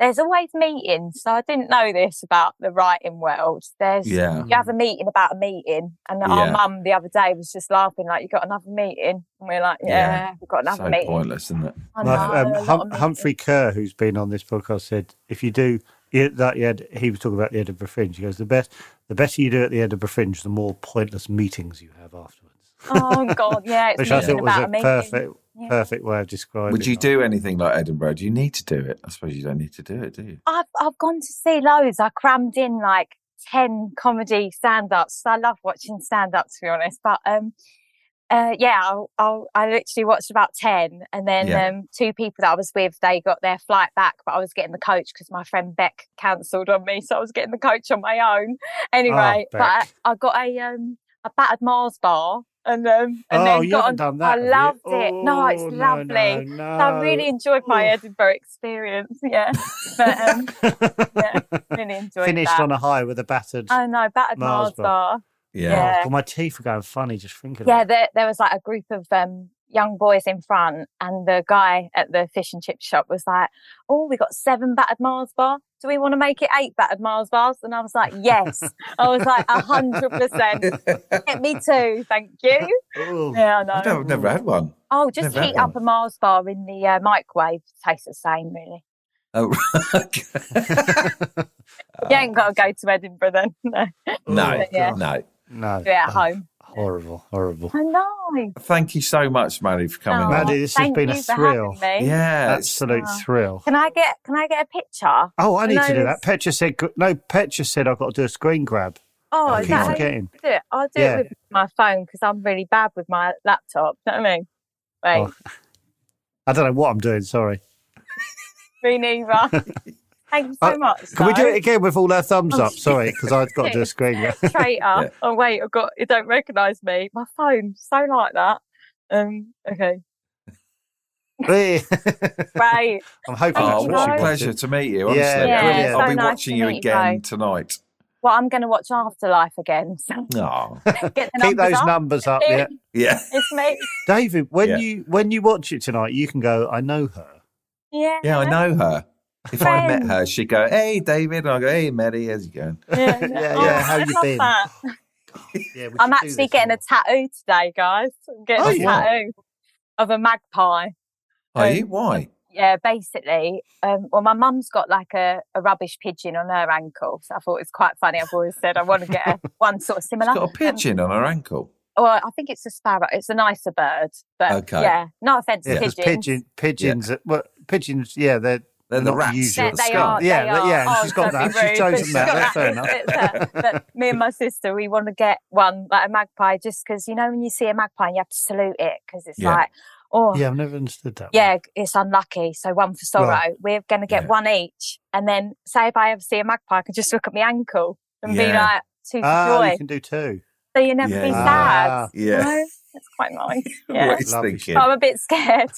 S5: there's always meetings. So I didn't know this about the writing world. There's
S3: Yeah.
S5: you have a meeting about a meeting, and
S3: Yeah.
S5: our mum the other day was just laughing like, "You got another meeting?" And we're like,
S3: Yeah.
S5: "Yeah, we've got another
S3: so
S5: meeting."
S3: pointless, isn't it?
S5: I
S4: My,
S5: know, a
S4: um,
S5: lot
S4: hum-
S5: of
S4: Humphrey Kerr, who's been on this podcast, said if you do you- that, you had, he was talking about the Edinburgh Fringe. He goes, the best, the better you do at the Edinburgh Fringe, the more pointless meetings you have afterwards.
S5: meetings. oh God, yeah, it's
S4: Which I
S5: meeting
S4: thought was
S5: about
S4: a
S5: a meeting.
S4: perfect,
S5: Yeah.
S4: perfect way of describing.
S3: Would you
S4: it.
S3: do anything like Edinburgh? Do you need to do it? I suppose you don't need to do it, do you?
S5: I've I've gone to see loads. I crammed in like ten comedy stand-ups. I love watching stand-ups to be honest. But um uh yeah, I'll, I'll I literally watched about ten and then
S3: Yeah.
S5: um two people that I was with, they got their flight back, but I was getting the coach because my friend Beck cancelled on me, so I was getting the coach on my own. Anyway, but I,
S4: Oh, Beck.
S5: I got a um a battered Mars bar and um and
S4: oh,
S5: then
S4: you
S5: got
S4: haven't
S5: on,
S4: done that.
S5: I
S4: have
S5: loved
S4: you?
S5: it. no, it's
S4: Oh,
S5: lovely.
S4: No,
S5: So I really enjoyed my
S4: Oof.
S5: Edinburgh experience. Yeah, but um, yeah, really enjoyed
S4: Finished
S5: that.
S4: on a high with a battered.
S5: I know, battered Mars
S4: Mars
S5: bar. Yeah.
S4: Oh, my teeth are going funny just thinking. of
S5: Yeah,
S4: it.
S5: there, there was like a group of um, young boys in front, and the guy at the fish and chip shop was like, "Oh, we got seven battered Mars bar. Do we want to make it eight battered Mars bars?" And I was like, "Yes." I was like, "A hundred percent. Get me two, thank you."
S4: Ooh.
S5: Yeah, I know.
S3: I don't, I've never had one.
S5: oh, just
S3: never had
S5: heat up a
S3: one.
S5: Mars bar in the uh, microwave. Tastes the same, really.
S3: Oh,
S4: Oh.
S5: You ain't got to go to Edinburgh then. No.
S3: no,
S5: Oh, Yeah.
S3: no.
S4: No.
S5: Do it at home.
S4: Oh, horrible, horrible.
S5: I know.
S3: Thank you so much, Maddie, for coming
S5: Oh,
S3: on.
S4: Maddie, this has
S5: thank
S4: been a
S5: you for having
S4: thrill.
S5: me.
S3: Yeah, it's-
S4: Absolute
S5: Ah.
S4: thrill.
S5: Can I get Can I get a picture?
S4: Oh, I need to do
S5: No,
S4: that. Petra said, no, Petra said I've got to do a screen grab.
S5: Oh,
S4: I
S5: is
S4: keep
S5: that how you
S4: forgetting.
S5: do it? I'll do
S4: Yeah.
S5: it with my phone because I'm really bad with my laptop. You know what I mean?
S4: Oh.
S5: Wait,
S4: I don't know what I'm doing, sorry.
S5: me neither. Thank you so
S4: Oh,
S5: much.
S4: Can we do
S5: though.
S4: it again with all our thumbs
S5: Oh,
S4: up? Sorry, because I've got to do a screen grab.
S5: Traitor. Oh wait, I've got it don't recognise me. My phone, so like that. Um, okay.
S4: Hey.
S5: Right.
S4: I'm hoping
S3: Oh,
S4: that's
S3: what a
S5: you, Mo.
S4: she
S3: pleasure
S4: wanted.
S3: to meet you.
S4: Yeah,
S3: Honestly,
S4: Yeah,
S3: Brilliant.
S4: so
S3: I'll be
S5: nice
S3: watching
S5: to
S3: you
S5: meet you
S3: again
S5: both.
S3: tonight.
S5: well, I'm gonna watch Afterlife again. So
S3: Oh,
S5: get the
S4: Keep
S5: numbers
S4: those
S5: up.
S4: numbers up. Yeah,
S3: yeah.
S5: It's me.
S4: David. When
S3: Yeah.
S4: you when you watch it tonight, you can go. I know her.
S5: Yeah.
S3: Yeah, I know her. If I met
S5: Friends.
S3: her, she'd go, "Hey, David," and I go, "Hey, Maddie, how's it going?"
S5: Yeah,
S4: yeah,
S5: Oh,
S4: how
S5: I
S4: you
S5: love
S4: been?
S5: that.
S4: Yeah, we should
S5: I'm
S4: do
S5: actually
S4: this
S5: getting a
S4: more.
S5: tattoo today, guys. I'm getting
S4: Oh,
S5: a
S4: yeah.
S5: tattoo of a magpie.
S3: Are
S5: Um,
S3: you? Why?
S5: Yeah, basically. Um, well, my mum's got like a, a rubbish pigeon on her ankle, so I thought it was quite funny. I've always said I want to get a, one sort of similar.
S3: She's got a pigeon on her ankle.
S5: Well, I think it's a sparrow. It's a nicer bird, but
S3: Okay.
S5: yeah, no offense
S3: Yeah.
S5: to
S4: 'Cause
S5: pigeons.
S4: pigeon pigeons. Well, pigeons. Yeah, they're
S3: They're the
S4: not
S3: rats.
S4: usual.
S5: They,
S3: Sure,
S5: they
S3: sky.
S5: are.
S4: Yeah,
S5: they
S4: but-
S5: are.
S4: yeah,
S5: Oh,
S4: she's got
S5: don't be
S4: that. She's
S5: rude,
S4: chosen
S5: but she's
S4: that.
S5: got
S4: That's fair enough.
S5: It's her. But me and my sister, we want to get one like a magpie, just because you know when you see a magpie, and you have to salute it because it's
S3: Yeah.
S5: like, oh,
S4: Yeah, I've never understood that.
S5: yeah, it's unlucky. So one for sorrow.
S4: Right.
S5: We're going to get
S3: Yeah.
S5: one each. And then say if I ever see a magpie, I can just look at my ankle and be
S3: Yeah.
S5: like, two for
S4: One. Ah,
S5: joy.
S4: you can do two.
S5: So you never be
S3: Yeah.
S5: sad.
S4: Ah.
S5: you
S3: Yeah,
S5: know? That's quite nice.
S3: what
S5: Yeah. Oh.
S3: he's
S4: Lovely.
S3: thinking.
S5: But I'm a bit scared,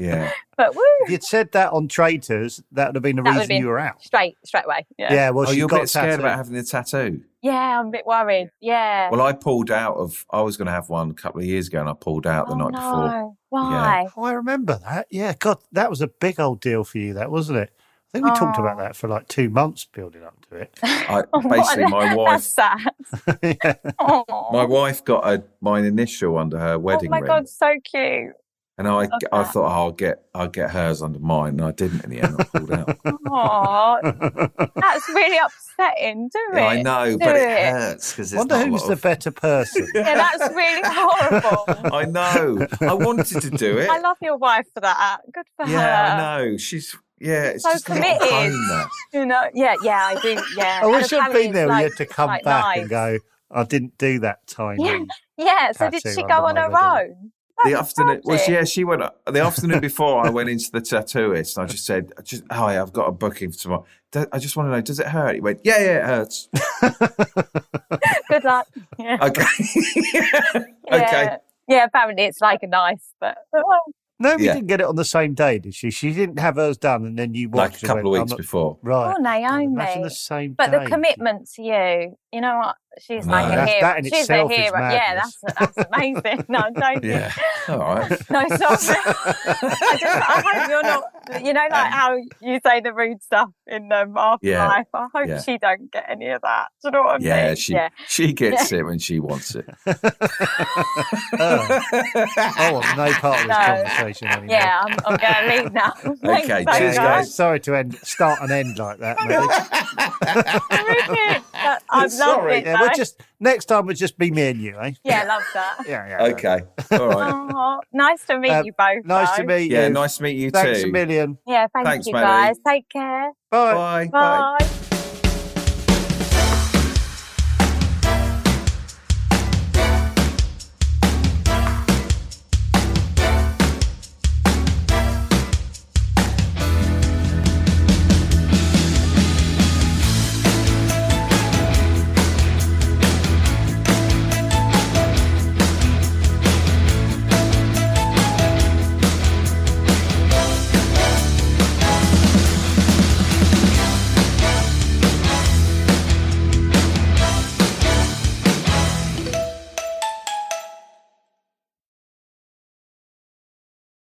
S3: Yeah,
S5: but woo,
S4: If you'd said that on traitors, that would have been the
S5: That would've
S4: reason
S5: been-
S4: you were out.
S5: straight, straight away. Yeah.
S4: Yeah.
S5: Yeah,
S4: well,
S3: oh,
S4: she's
S3: you're a
S4: got
S3: bit scared
S4: tattoo.
S3: about having the tattoo.
S5: I'm a bit worried. Yeah.
S3: Well, I pulled out of. I was going to have one a couple of years ago, and I pulled out the
S5: oh,
S3: night
S5: no.
S3: before.
S5: Why?
S4: Oh, I remember that. Yeah, God, that was a big old deal for you, that wasn't it? I think we talked
S5: Oh.
S4: about that for like two months building up to it.
S3: I,
S5: Oh, what
S3: basically,
S5: an-
S3: my
S5: That's
S3: wife,
S5: sad.
S4: Yeah.
S5: Oh,
S3: my wife got a my initial under her wedding
S5: oh my
S3: ring,
S5: god, so cute.
S3: and I I
S5: that.
S3: thought oh, I'll get I'll get hers under mine, and I didn't in the end. I pulled out.
S5: Oh, that's really upsetting, do it?
S3: Yeah, I know, but
S5: Do
S3: it,
S5: it.
S3: hurts because it's
S4: Wonder
S3: not a
S4: who's
S3: lot
S4: the
S3: of-
S4: better person.
S5: Yeah, that's really horrible.
S3: I know. I wanted to do it.
S5: I love your wife for that. Good for her.
S3: yeah, I know. She's yeah. It's
S5: So
S3: just not
S5: committed.
S3: prone, though.
S5: You know, yeah, yeah, I do. Yeah,
S4: I
S5: And
S4: wish I'd
S5: apparently
S4: been
S5: it's
S4: there. when
S5: like-
S4: you had to come
S5: like
S4: back
S5: knives.
S4: and go, I didn't do that tiny.
S5: Yeah. Yeah. So did
S4: tattoo
S5: she go on
S4: under
S5: her
S4: my
S5: own?
S3: The
S5: That's
S3: afternoon was
S5: tragic.
S3: yeah. She went uh, the afternoon before. I went into the tattooist. and I just said, I just, "Hi, I've got a booking for tomorrow. Do- I just want to know, does it hurt?" He went, "Yeah, yeah, it hurts."
S5: Good luck. Yeah.
S3: Okay, okay.
S5: Yeah. Yeah, apparently it's like a knife, but oh, well,
S4: No, we
S3: Yeah.
S4: didn't get it on the same day, did she? She didn't have hers done and then you
S3: Like
S4: watched
S3: a couple of weeks before.
S4: Right. God,
S5: oh, Naomi.
S4: Imagine the same
S5: But
S4: day.
S5: the commitment to you, you know what? She's
S3: No.
S5: like a
S3: That's-
S5: hero.
S4: that in
S5: She's
S4: itself
S5: a
S4: is
S5: hero. yeah,
S4: madness.
S5: that's that's amazing. No, don't you?
S3: Yeah, all right.
S5: No, sorry. I, just, I hope you're not. You know, like how you say the rude stuff in um, afterlife.
S3: Um, Yeah.
S5: I hope
S3: Yeah.
S5: she don't get any of that. Do you know what I mean?
S3: Yeah, she
S5: Yeah.
S3: she gets it when she wants it.
S4: Oh, I want no part of this
S5: No.
S4: conversation anymore.
S5: Yeah, I'm, I'm going to leave now. Thanks,
S3: Okay,
S5: so
S4: Yeah,
S3: cheers,
S5: much.
S4: yeah,
S3: guys.
S4: Sorry to end, start and end like that. Mate.
S5: Terrific. But I've loved
S3: Sorry.
S5: it.
S4: Yeah, we'll
S5: though.
S4: just next time we'll just be me and you, eh?
S5: yeah, love that.
S4: Yeah, yeah. yeah.
S3: Okay, all right.
S5: Oh, nice to meet
S4: Uh,
S5: you both.
S4: Nice to
S5: though.
S4: meet
S3: Yeah,
S4: you.
S3: nice to meet you
S4: Thanks a
S3: too.
S4: million.
S5: Yeah, thank
S3: Thanks,
S5: you
S3: Maddie.
S5: guys. Take care.
S3: Bye.
S4: Bye.
S3: Bye.
S5: Bye.